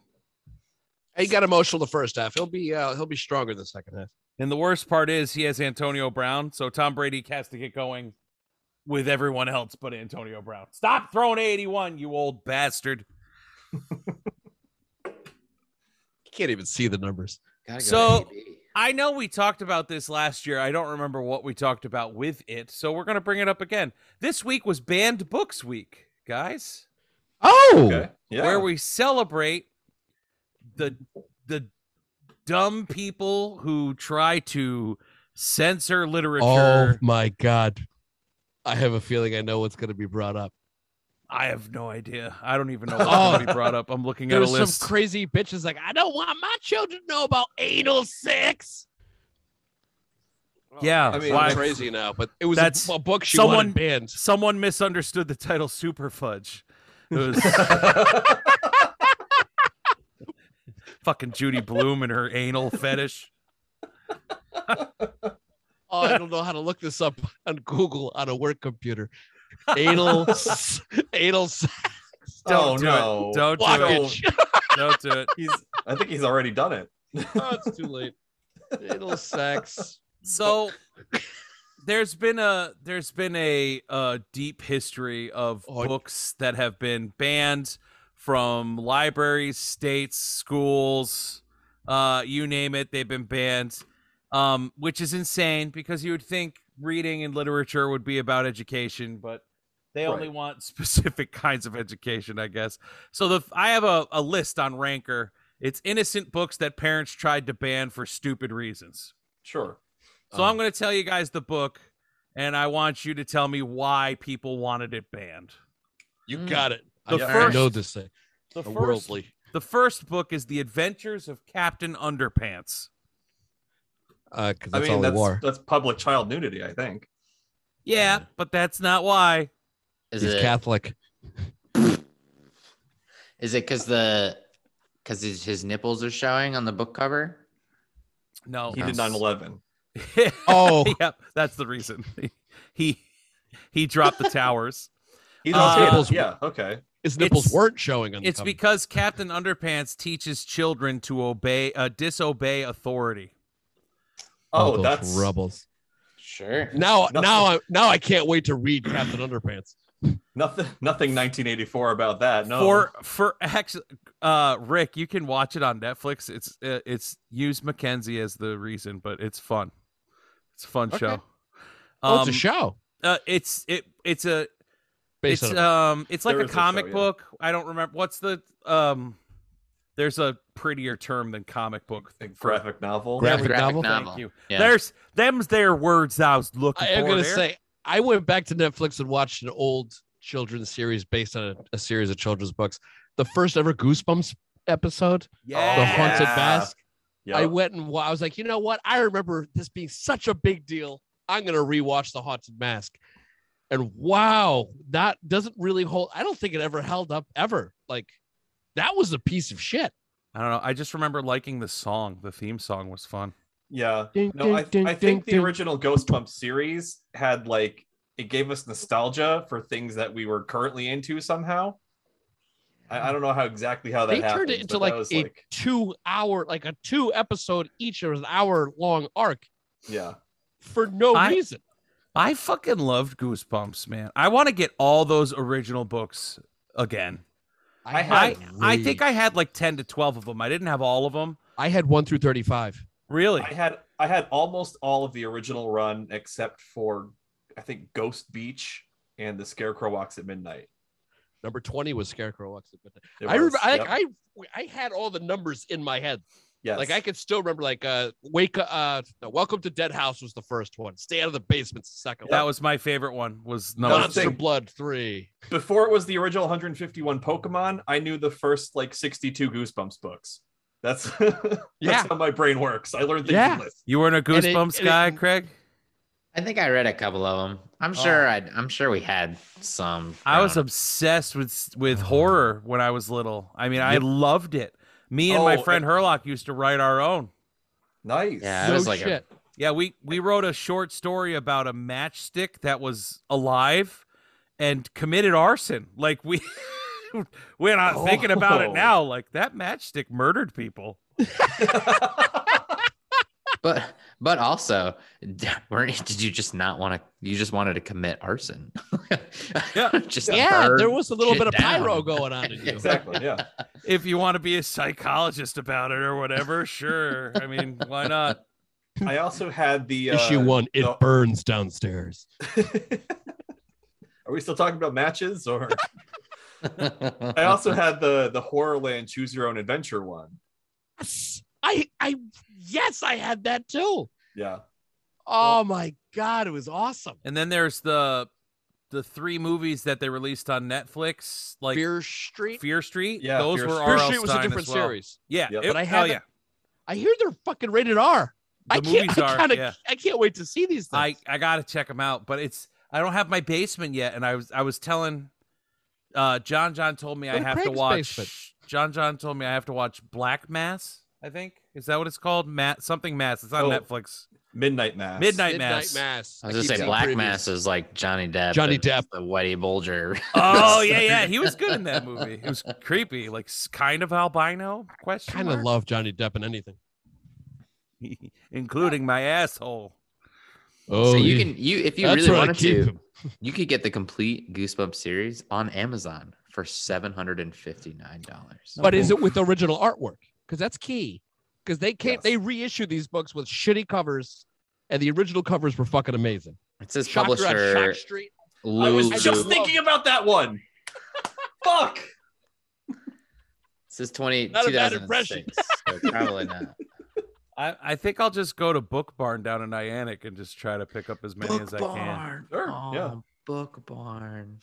[SPEAKER 3] he got emotional the first half. He'll be uh, he'll be stronger the second half.
[SPEAKER 1] And the worst part is he has Antonio Brown, so Tom Brady has to get going with everyone else but Antonio Brown. Stop throwing 81, you old bastard.
[SPEAKER 3] You can't even see the numbers.
[SPEAKER 4] Gotta go
[SPEAKER 1] So-
[SPEAKER 4] to AB.
[SPEAKER 1] I know we talked about this last year. I don't remember what we talked about with it, so we're going to bring it up again. This week was Banned Books Week, guys,
[SPEAKER 3] Oh,
[SPEAKER 2] okay. Yeah.
[SPEAKER 1] where we celebrate the the dumb people who try to censor literature.
[SPEAKER 3] oh my god! I have a feeling I know what's going to be brought up.
[SPEAKER 1] I have no idea. I don't even know what's going to be brought up. I'm looking at a
[SPEAKER 3] There's
[SPEAKER 1] list.
[SPEAKER 3] some crazy bitches like I don't want my children to know about anal sex.
[SPEAKER 1] Oh, Yeah,
[SPEAKER 2] I
[SPEAKER 3] I
[SPEAKER 2] mean,
[SPEAKER 3] mean,
[SPEAKER 2] why-
[SPEAKER 3] it's crazy now, but it was
[SPEAKER 1] That's-
[SPEAKER 3] a, a book she
[SPEAKER 1] someone-
[SPEAKER 3] wanted banned.
[SPEAKER 1] Someone misunderstood the title Super Fudge. It was fucking Judy Bloom and her anal fetish.
[SPEAKER 3] Oh, I don't know how to look this up on Google on a work computer. Anal, s- anal sex.
[SPEAKER 2] oh
[SPEAKER 1] Don't do it.
[SPEAKER 2] no.
[SPEAKER 1] Don't do it.
[SPEAKER 3] blockage.
[SPEAKER 1] Don't do it.
[SPEAKER 2] He's. I think he's already done it.
[SPEAKER 3] oh, it's too late. Anal sex.
[SPEAKER 1] So there's been a there's been a uh, deep history of
[SPEAKER 3] Oh, I-
[SPEAKER 1] books that have been banned from libraries, states, schools, uh, you name it. They've been banned, um, which is insane because you would think reading and literature would be about education, but they only
[SPEAKER 2] Right.
[SPEAKER 1] want specific kinds of education, I guess. So the I have a, a list on Ranker. It's innocent books that parents tried to ban for stupid reasons.
[SPEAKER 2] Sure.
[SPEAKER 1] So
[SPEAKER 2] Um,
[SPEAKER 1] I'm going to tell you guys the book, and I want you to tell me why people wanted it banned.
[SPEAKER 3] You
[SPEAKER 4] Mm.
[SPEAKER 3] got it.
[SPEAKER 1] The
[SPEAKER 3] I,
[SPEAKER 1] first-
[SPEAKER 3] I know this thing.
[SPEAKER 1] The
[SPEAKER 3] The
[SPEAKER 1] first,
[SPEAKER 3] worldly.
[SPEAKER 1] the first book is The Adventures of Captain Underpants.
[SPEAKER 3] Uh, 'cause
[SPEAKER 2] I
[SPEAKER 3] that's
[SPEAKER 2] mean,
[SPEAKER 3] all
[SPEAKER 2] that's
[SPEAKER 3] the war.
[SPEAKER 2] that's public child nudity. I think.
[SPEAKER 1] Yeah,
[SPEAKER 2] Uh-huh.
[SPEAKER 3] Yeah.
[SPEAKER 1] but that's not why.
[SPEAKER 4] Is
[SPEAKER 3] He's
[SPEAKER 4] it
[SPEAKER 3] Catholic.
[SPEAKER 4] is it because the because his, his nipples are showing on the book cover?
[SPEAKER 1] No.
[SPEAKER 2] he did 9/11.
[SPEAKER 3] Oh,
[SPEAKER 1] yep, that's the reason. He he dropped the towers.
[SPEAKER 2] He
[SPEAKER 1] Uh,
[SPEAKER 2] does.
[SPEAKER 3] nipples-
[SPEAKER 2] yeah. Okay.
[SPEAKER 3] his nipples
[SPEAKER 1] It's-
[SPEAKER 3] weren't showing on the
[SPEAKER 1] It's
[SPEAKER 3] cover.
[SPEAKER 1] because Captain Underpants teaches children to obey uh, disobey authority.
[SPEAKER 2] Oh,
[SPEAKER 3] those
[SPEAKER 2] that's
[SPEAKER 3] rebels.
[SPEAKER 4] Sure.
[SPEAKER 3] Now,
[SPEAKER 2] Nothing.
[SPEAKER 3] now, I, now I can't wait to read Captain Underpants.
[SPEAKER 2] nothing. Nothing 1984 about that. No.
[SPEAKER 1] For for actually, uh, Rick, you can watch it on Netflix. It's uh, it's use Mackenzie as the reason, but it's fun. It's a fun
[SPEAKER 3] Okay.
[SPEAKER 1] show.
[SPEAKER 3] Oh, it's a
[SPEAKER 1] Um,
[SPEAKER 3] show
[SPEAKER 1] uh, it's it it's a
[SPEAKER 3] based
[SPEAKER 1] it's
[SPEAKER 3] on.
[SPEAKER 1] um it's like
[SPEAKER 2] There
[SPEAKER 1] a
[SPEAKER 2] is a show,
[SPEAKER 1] comic
[SPEAKER 2] yeah.
[SPEAKER 1] book. I don't remember what's the um. There's a prettier term than comic book.
[SPEAKER 2] a
[SPEAKER 1] for-
[SPEAKER 2] graphic novel.
[SPEAKER 3] Graphic novel?
[SPEAKER 1] Thank you.
[SPEAKER 4] Yeah.
[SPEAKER 1] There's them's their words I was looking
[SPEAKER 3] I
[SPEAKER 1] for.
[SPEAKER 3] am gonna
[SPEAKER 1] there.
[SPEAKER 3] say I went back to Netflix and watched an old children's series based on a, a series of children's books. The first ever Goosebumps episode,
[SPEAKER 1] yeah.
[SPEAKER 3] The Haunted
[SPEAKER 2] Yeah.
[SPEAKER 3] Mask.
[SPEAKER 2] Yeah.
[SPEAKER 3] I went and wa- I was like, you know what? I remember this being such a big deal. I'm gonna rewatch The Haunted Mask. And wow, that doesn't really hold. I don't think it ever held up ever. Like that was a piece of shit.
[SPEAKER 1] I don't know. I just remember liking the song. The theme song was fun.
[SPEAKER 2] Yeah.
[SPEAKER 3] Ding,
[SPEAKER 2] No, I,
[SPEAKER 3] ding,
[SPEAKER 2] I
[SPEAKER 3] ding,
[SPEAKER 2] think the
[SPEAKER 3] ding.
[SPEAKER 2] original Ghost Pump series had like it gave us nostalgia for things that we were currently into somehow. I, I don't know how exactly how that
[SPEAKER 3] They
[SPEAKER 2] happened.
[SPEAKER 3] turned it into like a
[SPEAKER 2] like
[SPEAKER 3] two hour, like a two episode each or an hour long arc
[SPEAKER 2] yeah.
[SPEAKER 3] for no
[SPEAKER 1] I-
[SPEAKER 3] reason.
[SPEAKER 1] I fucking loved Goosebumps, man. I want to get all those original books again.
[SPEAKER 2] I
[SPEAKER 1] I,
[SPEAKER 2] had
[SPEAKER 1] I think I had like 10 to 12 of them. I didn't have all of them.
[SPEAKER 3] I had one through 35.
[SPEAKER 1] Really?
[SPEAKER 2] I had I had almost all of the original run except for I think Ghost Beach and the Scarecrow Walks at Midnight.
[SPEAKER 3] Number 20 was Scarecrow Walks the Midnight.
[SPEAKER 2] It
[SPEAKER 3] I
[SPEAKER 2] was-
[SPEAKER 3] remember, I,
[SPEAKER 2] yep,
[SPEAKER 3] I, I had all the numbers in my head.
[SPEAKER 2] yes.
[SPEAKER 3] Like I could still remember, like uh, wake, uh, no, welcome to Dead House was the first one. Stay out of the basement's the second
[SPEAKER 1] That
[SPEAKER 3] one.
[SPEAKER 1] was my favorite one. Was
[SPEAKER 2] was the
[SPEAKER 1] no,
[SPEAKER 3] Monster
[SPEAKER 2] thing.
[SPEAKER 3] Blood three.
[SPEAKER 2] before it was the original 151 Pokemon, I knew the first like 62 Goosebumps books. That's that's
[SPEAKER 3] Yeah.
[SPEAKER 2] how my brain works. I learned things
[SPEAKER 3] Yeah.
[SPEAKER 2] in lists.
[SPEAKER 1] you weren't a
[SPEAKER 3] it-
[SPEAKER 1] Goosebumps
[SPEAKER 3] and it-
[SPEAKER 1] guy, Craig.
[SPEAKER 4] I think I read a couple of them. I'm sure I I'm sure we had some.
[SPEAKER 1] Oh. I was
[SPEAKER 4] around.
[SPEAKER 1] obsessed with with horror when I was little. I mean, I loved it. Me and my
[SPEAKER 2] Oh,
[SPEAKER 1] friend Herlock used to write our own.
[SPEAKER 2] Nice.
[SPEAKER 4] Yeah. That
[SPEAKER 3] No
[SPEAKER 4] was like a-
[SPEAKER 3] shit.
[SPEAKER 1] Yeah, we we wrote a short story about a matchstick that was alive and committed arson. Like we we're not thinking about it
[SPEAKER 2] Oh.
[SPEAKER 1] now. Like that matchstick murdered people.
[SPEAKER 4] but but also, d- weren't did you just not want to? You just wanted to commit arson.
[SPEAKER 1] Yeah.
[SPEAKER 4] just
[SPEAKER 3] yeah,
[SPEAKER 4] burn
[SPEAKER 3] there was a little
[SPEAKER 4] shit
[SPEAKER 3] bit of pyro
[SPEAKER 4] down.
[SPEAKER 3] going on in you.
[SPEAKER 2] exactly. Yeah.
[SPEAKER 1] If you want to be a psychologist about it or whatever, sure. I mean, why not?
[SPEAKER 2] I also had the uh,
[SPEAKER 3] Issue one, it
[SPEAKER 2] the-
[SPEAKER 3] burns downstairs.
[SPEAKER 2] Are we still talking about matches or? I also had the the Horrorland Choose Your Own Adventure one.
[SPEAKER 3] Yes, I, I, yes, I had that too.
[SPEAKER 2] Yeah.
[SPEAKER 3] Oh my god, it was awesome.
[SPEAKER 1] And then there's the the three movies that they released on Netflix, like Fear,
[SPEAKER 3] Fear Street.
[SPEAKER 1] Street.
[SPEAKER 2] Yeah,
[SPEAKER 1] those
[SPEAKER 2] Fear
[SPEAKER 1] were
[SPEAKER 2] Street.
[SPEAKER 1] R.L.
[SPEAKER 3] Fear Street was a
[SPEAKER 1] Stine as
[SPEAKER 3] different
[SPEAKER 1] well.
[SPEAKER 3] series.
[SPEAKER 1] Yeah,
[SPEAKER 2] Yep.
[SPEAKER 1] it-
[SPEAKER 3] But I
[SPEAKER 1] hell
[SPEAKER 3] haven't-
[SPEAKER 1] yeah.
[SPEAKER 3] I hear they're fucking rated R. I
[SPEAKER 1] The
[SPEAKER 3] can't.
[SPEAKER 1] movies
[SPEAKER 3] I,
[SPEAKER 1] are,
[SPEAKER 3] kinda,
[SPEAKER 1] yeah.
[SPEAKER 3] I can't wait to see these things.
[SPEAKER 1] I I gotta check them out, but it's I don't have my basement yet, and I was I was telling uh John John told me
[SPEAKER 3] Go
[SPEAKER 1] I
[SPEAKER 3] to
[SPEAKER 1] have to
[SPEAKER 3] Craig's
[SPEAKER 1] watch
[SPEAKER 3] basement.
[SPEAKER 1] John John told me I have to watch Black Mass. I think is that what it's called? Matt something Mass. It's on
[SPEAKER 2] Oh,
[SPEAKER 1] Netflix.
[SPEAKER 2] Midnight Mass.
[SPEAKER 1] Midnight- Mass.
[SPEAKER 3] Midnight Mass.
[SPEAKER 4] I was gonna
[SPEAKER 3] keep
[SPEAKER 4] say
[SPEAKER 3] seeing
[SPEAKER 4] Black
[SPEAKER 3] previews.
[SPEAKER 4] Mass is like Johnny Depp.
[SPEAKER 3] Johnny
[SPEAKER 4] and it's
[SPEAKER 3] Depp.
[SPEAKER 4] the Whitey Bulger.
[SPEAKER 1] Oh yeah, yeah. He was good in that movie. It was creepy, like s- kind of albino question.
[SPEAKER 3] Kind of love Johnny Depp in anything.
[SPEAKER 1] love including my asshole.
[SPEAKER 3] Oh,
[SPEAKER 4] so you can you if you
[SPEAKER 3] that's
[SPEAKER 4] really
[SPEAKER 3] where I
[SPEAKER 4] wanted
[SPEAKER 3] keep
[SPEAKER 4] to,
[SPEAKER 3] him.
[SPEAKER 4] you could get the complete Goosebumps series on Amazon for seven hundred and fifty nine dollars.
[SPEAKER 3] But is it with original artwork? Because that's key. Because they can't.
[SPEAKER 2] Yes.
[SPEAKER 3] They reissue these books with shitty covers, and the original covers were fucking amazing.
[SPEAKER 4] It says
[SPEAKER 3] Shocker on
[SPEAKER 4] publisher
[SPEAKER 3] Shock Street.
[SPEAKER 2] I was
[SPEAKER 4] Lulu.
[SPEAKER 2] just thinking about that one. Fuck.
[SPEAKER 4] This is 20,
[SPEAKER 3] Not a bad
[SPEAKER 4] 2006,
[SPEAKER 3] impression.
[SPEAKER 4] so probably not.
[SPEAKER 1] I, I think I'll just go to Book Barn down in Nyannick and just try to pick up as many as I can.
[SPEAKER 2] Sure, yeah.
[SPEAKER 4] Book barn.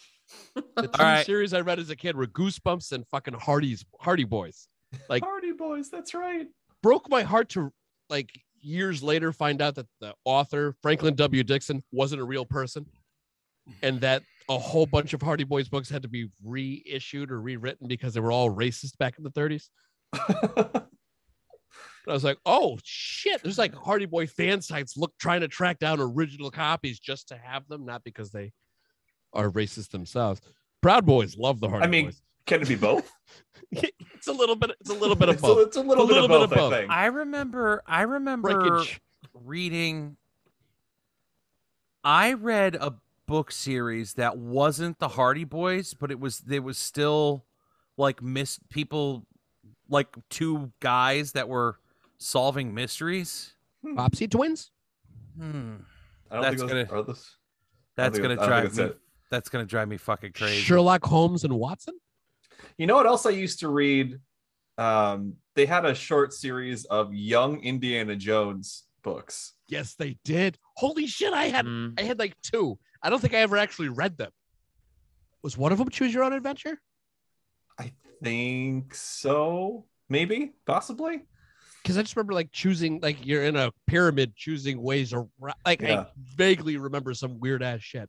[SPEAKER 3] The two
[SPEAKER 1] right.
[SPEAKER 3] series I read as a kid were Goosebumps and fucking Hardy's Hardy Boys. Like-
[SPEAKER 2] Party Boys. That's right.
[SPEAKER 3] broke my heart to like years later find out that the author Franklin W. Dixon wasn't a real person, and that a whole bunch of Hardy Boys books had to be reissued or rewritten because they were all racist back in the 30s. And I was like, oh shit, there's like Hardy Boy fan sites look trying to track down original copies just to have them, not because they are racist themselves. Proud Boys love the Hardy
[SPEAKER 2] I mean,
[SPEAKER 3] Boys.
[SPEAKER 2] Can it be both?
[SPEAKER 3] It's a little bit, it's a little bit of
[SPEAKER 2] it's, a,
[SPEAKER 3] both.
[SPEAKER 2] it's a little,
[SPEAKER 3] It's a little
[SPEAKER 2] bit, of
[SPEAKER 3] bit of
[SPEAKER 2] both, I think.
[SPEAKER 1] I remember I remember
[SPEAKER 3] Breakage.
[SPEAKER 1] reading I read a book series that wasn't the Hardy Boys, but it was there was still like miss people like two guys that were solving mysteries.
[SPEAKER 3] Popsy twins?
[SPEAKER 1] Hmm.
[SPEAKER 2] I don't
[SPEAKER 1] That's
[SPEAKER 2] think those
[SPEAKER 1] gonna-
[SPEAKER 2] are those.
[SPEAKER 1] That's
[SPEAKER 2] think
[SPEAKER 1] gonna
[SPEAKER 2] it- I don't think
[SPEAKER 1] drive
[SPEAKER 2] it's
[SPEAKER 1] me
[SPEAKER 2] it.
[SPEAKER 1] that's gonna drive me fucking crazy.
[SPEAKER 3] Sherlock Holmes and Watson?
[SPEAKER 2] You know what else I used to read? Um, they had a short series of young Indiana Jones books.
[SPEAKER 3] Yes, they did. Holy shit, I had
[SPEAKER 4] Mm,
[SPEAKER 3] I had like two. I don't think I ever actually read them. Was one of them Choose Your Own Adventure?
[SPEAKER 2] I think so. Maybe, possibly.
[SPEAKER 3] Because I just remember like choosing, like you're in a pyramid choosing ways around. Like I
[SPEAKER 2] Yeah.
[SPEAKER 3] vaguely remember some weird ass shit.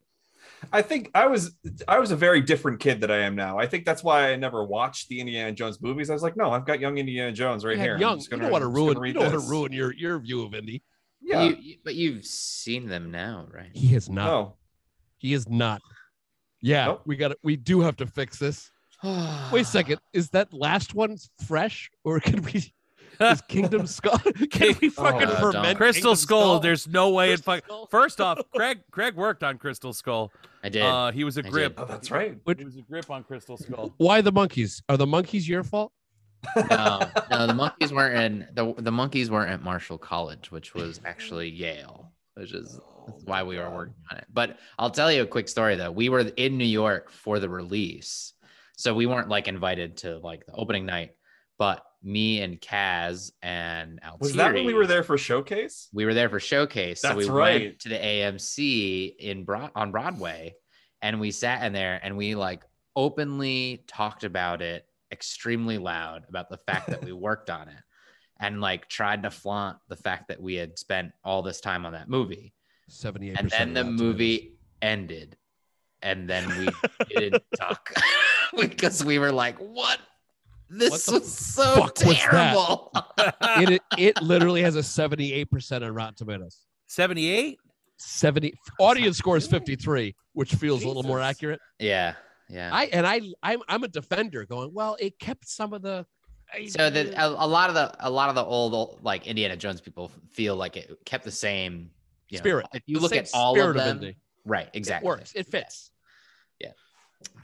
[SPEAKER 2] I think I was I was a very different kid that I am now. I think that's why I never watched the Indiana Jones movies. I was like, no, I've got young Indiana Jones right
[SPEAKER 3] Yeah,
[SPEAKER 2] here. I'm
[SPEAKER 3] young.
[SPEAKER 2] just
[SPEAKER 3] You
[SPEAKER 2] gonna-
[SPEAKER 3] don't want to
[SPEAKER 2] I'm just gonna
[SPEAKER 3] ruin. You
[SPEAKER 2] read
[SPEAKER 3] don't want to
[SPEAKER 2] this.
[SPEAKER 3] ruin your your view of Indy.
[SPEAKER 2] Yeah.
[SPEAKER 4] You- you- but you've seen them now, right?
[SPEAKER 3] He is not.
[SPEAKER 2] no.
[SPEAKER 3] He is not.
[SPEAKER 2] Oh.
[SPEAKER 3] Yeah,
[SPEAKER 2] Nope.
[SPEAKER 3] we got. We do have to fix this. Wait a second. Is that last one fresh, or can we? Is Kingdom Skull? Can we fucking
[SPEAKER 4] Uh, don't.
[SPEAKER 3] ferment
[SPEAKER 1] Crystal
[SPEAKER 3] Kingdom
[SPEAKER 1] Skull, There's no way it
[SPEAKER 3] Crystal
[SPEAKER 1] fuck.
[SPEAKER 3] Skull?
[SPEAKER 1] First off, Greg Greg worked on Crystal Skull.
[SPEAKER 4] I did.
[SPEAKER 1] Uh, he was a
[SPEAKER 4] I
[SPEAKER 1] grip.
[SPEAKER 2] Oh, that's right.
[SPEAKER 1] He was a grip on Crystal Skull.
[SPEAKER 3] Why the monkeys? Are the monkeys your fault?
[SPEAKER 4] no, no, the monkeys weren't in the the monkeys weren't at Marshall College, which was actually Yale, which is that's why we were working on it. But I'll tell you a quick story though. We were in New York for the release, so we weren't like invited to like the opening night. But me and Kaz and Altieri,
[SPEAKER 2] Was that when we were there for showcase?
[SPEAKER 4] we were there for showcase. so we
[SPEAKER 2] That's right.
[SPEAKER 4] went to the AMC in Broad on Broadway, and we sat in there and we like openly talked about it extremely loud about the fact that we worked on it, and like tried to flaunt the fact that we had spent all this time on that movie.
[SPEAKER 3] Seventy-eight.
[SPEAKER 4] And then the movie ended, and then we didn't talk because we were like, "What? This
[SPEAKER 3] What the
[SPEAKER 4] was so
[SPEAKER 3] fuck was that?"
[SPEAKER 4] terrible."
[SPEAKER 3] It it literally has a seventy-eight percent on Rotten Tomatoes.
[SPEAKER 1] Seventy eight.
[SPEAKER 3] Seventy audience score is fifty-three, which feels a little more
[SPEAKER 2] Jesus.
[SPEAKER 3] accurate.
[SPEAKER 4] yeah, yeah.
[SPEAKER 3] I and I I'm I'm a defender going. Well, it kept some of the.
[SPEAKER 4] so that a, a lot of the a lot of the old, old, like Indiana Jones people feel like it kept the same you know,
[SPEAKER 3] Spirit.
[SPEAKER 4] if you
[SPEAKER 3] the
[SPEAKER 4] look
[SPEAKER 3] same
[SPEAKER 4] at all
[SPEAKER 3] spirit
[SPEAKER 4] of them,
[SPEAKER 3] Indy.
[SPEAKER 4] right? Exactly.
[SPEAKER 3] It works. It fits.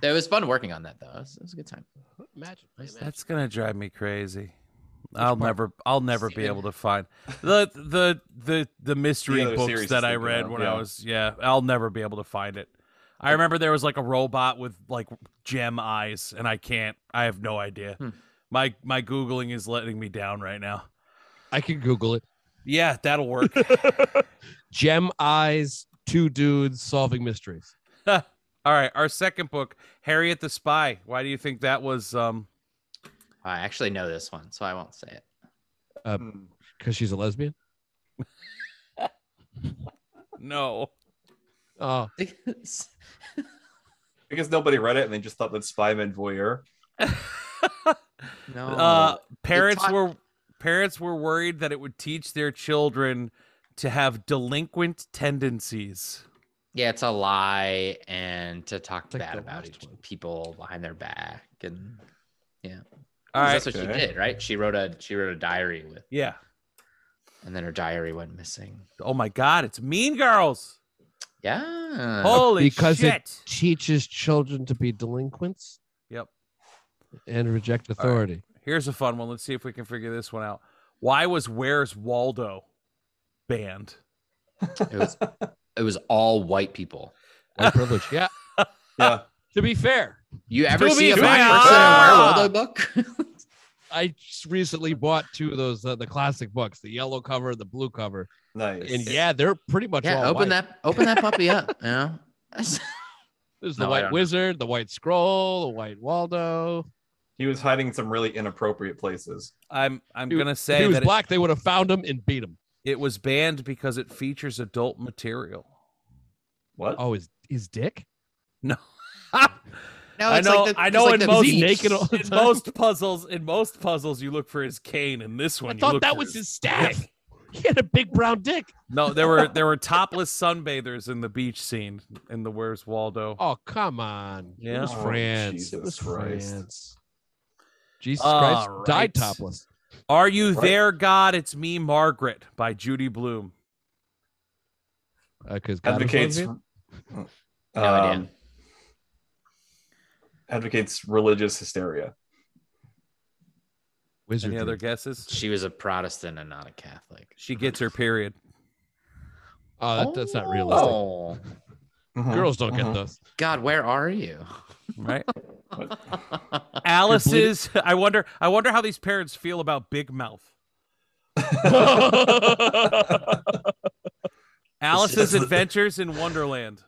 [SPEAKER 4] It was fun working on that though. It was, it was a good time.
[SPEAKER 3] Imagine. imagine.
[SPEAKER 1] That's gonna drive me crazy. I'll
[SPEAKER 3] part?
[SPEAKER 1] never, I'll never be
[SPEAKER 4] Steven.
[SPEAKER 1] able to find the the the the mystery
[SPEAKER 2] other
[SPEAKER 1] books
[SPEAKER 2] series
[SPEAKER 1] that
[SPEAKER 2] to
[SPEAKER 1] I
[SPEAKER 2] think
[SPEAKER 1] read
[SPEAKER 2] about,
[SPEAKER 1] when
[SPEAKER 2] yeah.
[SPEAKER 1] I was. Yeah, I'll never be able to find it. I remember there was like a robot with like gem eyes, and I can't. I have no idea.
[SPEAKER 4] Hmm.
[SPEAKER 1] My my googling is letting me down right now.
[SPEAKER 3] I can Google it.
[SPEAKER 1] Yeah, that'll work.
[SPEAKER 3] Gem eyes, two dudes solving mysteries.
[SPEAKER 1] All right, our second book, Harriet the Spy. Why do you think that was? Um,
[SPEAKER 4] I actually know this one, so I won't say it.
[SPEAKER 2] Hmm.
[SPEAKER 3] Because she's a lesbian.
[SPEAKER 1] no,
[SPEAKER 3] Oh,
[SPEAKER 4] Because-
[SPEAKER 2] Because nobody read it and they just thought that Spyman Voyeur.
[SPEAKER 4] no.
[SPEAKER 1] uh,
[SPEAKER 3] Oh,
[SPEAKER 1] parents
[SPEAKER 4] talk-
[SPEAKER 1] were parents were worried that it would teach their children to have delinquent tendencies.
[SPEAKER 4] yeah, it's a lie, and to talk
[SPEAKER 3] Like
[SPEAKER 4] bad
[SPEAKER 3] the
[SPEAKER 4] about
[SPEAKER 3] last
[SPEAKER 4] each-
[SPEAKER 3] one.
[SPEAKER 4] people behind their back, and
[SPEAKER 1] All right,
[SPEAKER 4] that's what she
[SPEAKER 2] Okay.
[SPEAKER 4] did, right? She wrote a she wrote a diary with,
[SPEAKER 1] yeah.
[SPEAKER 4] and then her diary went missing.
[SPEAKER 1] Oh my God, it's Mean Girls.
[SPEAKER 4] Yeah.
[SPEAKER 1] Holy
[SPEAKER 3] Uh, because it-
[SPEAKER 1] shit!
[SPEAKER 3] teaches children to be delinquents
[SPEAKER 1] Yep.
[SPEAKER 3] and reject
[SPEAKER 1] right.
[SPEAKER 3] authority.
[SPEAKER 1] Here's a fun one. Let's see if we can figure this one out. Why was Where's Waldo banned?
[SPEAKER 4] It was it was all white people.
[SPEAKER 3] White privilege. Yeah.
[SPEAKER 2] Yeah.
[SPEAKER 3] To be fair,
[SPEAKER 4] You ever
[SPEAKER 1] To
[SPEAKER 4] see
[SPEAKER 1] be
[SPEAKER 4] a black
[SPEAKER 1] fair.
[SPEAKER 4] person in
[SPEAKER 1] Ah!
[SPEAKER 4] a Waldo book?
[SPEAKER 3] I just recently bought two of those uh, the classic books, the yellow cover, the blue cover,
[SPEAKER 2] Nice.
[SPEAKER 3] and yeah, they're pretty much all
[SPEAKER 4] yeah,
[SPEAKER 3] white.
[SPEAKER 4] open that open that puppy up. You know?
[SPEAKER 3] There's the
[SPEAKER 4] No, I
[SPEAKER 3] white
[SPEAKER 4] don't know.
[SPEAKER 3] wizard, the white scroll, the white Waldo.
[SPEAKER 2] He was hiding in some really inappropriate places.
[SPEAKER 1] I'm I'm
[SPEAKER 3] Dude,
[SPEAKER 1] gonna
[SPEAKER 3] if
[SPEAKER 1] say
[SPEAKER 3] he was
[SPEAKER 1] that it,
[SPEAKER 3] black, they would have found him and beat him.
[SPEAKER 1] it was banned because it features adult material.
[SPEAKER 2] What?
[SPEAKER 3] Oh, his his dick?
[SPEAKER 4] No,
[SPEAKER 1] I
[SPEAKER 4] it's
[SPEAKER 1] know-
[SPEAKER 4] Like the,
[SPEAKER 1] I
[SPEAKER 4] it's
[SPEAKER 1] know
[SPEAKER 4] like
[SPEAKER 1] in
[SPEAKER 4] the
[SPEAKER 1] most-
[SPEAKER 4] beach.
[SPEAKER 3] Is he naked all-
[SPEAKER 1] in most puzzles, in most puzzles, you look for his cane. In this one,
[SPEAKER 3] I
[SPEAKER 1] you
[SPEAKER 3] thought
[SPEAKER 1] look
[SPEAKER 3] that
[SPEAKER 1] for
[SPEAKER 3] was his staff. He had a big brown dick.
[SPEAKER 1] No, there were there were topless sunbathers in the beach scene in the Where's Waldo.
[SPEAKER 3] Oh, come on. It
[SPEAKER 1] Yeah.
[SPEAKER 3] was
[SPEAKER 2] Oh,
[SPEAKER 3] France. it
[SPEAKER 2] Jesus
[SPEAKER 3] was
[SPEAKER 2] Christ.
[SPEAKER 3] France. Jesus
[SPEAKER 1] All
[SPEAKER 3] Christ died
[SPEAKER 1] right.
[SPEAKER 3] topless.
[SPEAKER 1] Are you
[SPEAKER 2] Right.
[SPEAKER 1] there, God? It's me, Margaret, by Judy Bloom.
[SPEAKER 3] Because uh, God was
[SPEAKER 2] Advocates.
[SPEAKER 3] lesbian?
[SPEAKER 4] No idea.
[SPEAKER 2] um, Advocates religious hysteria.
[SPEAKER 3] wizard.
[SPEAKER 1] Any other
[SPEAKER 3] dude.
[SPEAKER 1] guesses?
[SPEAKER 4] She was a Protestant and not a Catholic.
[SPEAKER 1] She gets her period.
[SPEAKER 3] Oh,
[SPEAKER 1] Uh,
[SPEAKER 3] that, that's not realistic.
[SPEAKER 4] Oh
[SPEAKER 2] Mhm.
[SPEAKER 3] Girls don't get
[SPEAKER 2] Mhm.
[SPEAKER 3] those.
[SPEAKER 4] God, where are you?
[SPEAKER 1] Right?
[SPEAKER 2] What?
[SPEAKER 1] Alice's. I wonder. I wonder how these parents feel about Big Mouth. Alice's Adventures in Wonderland.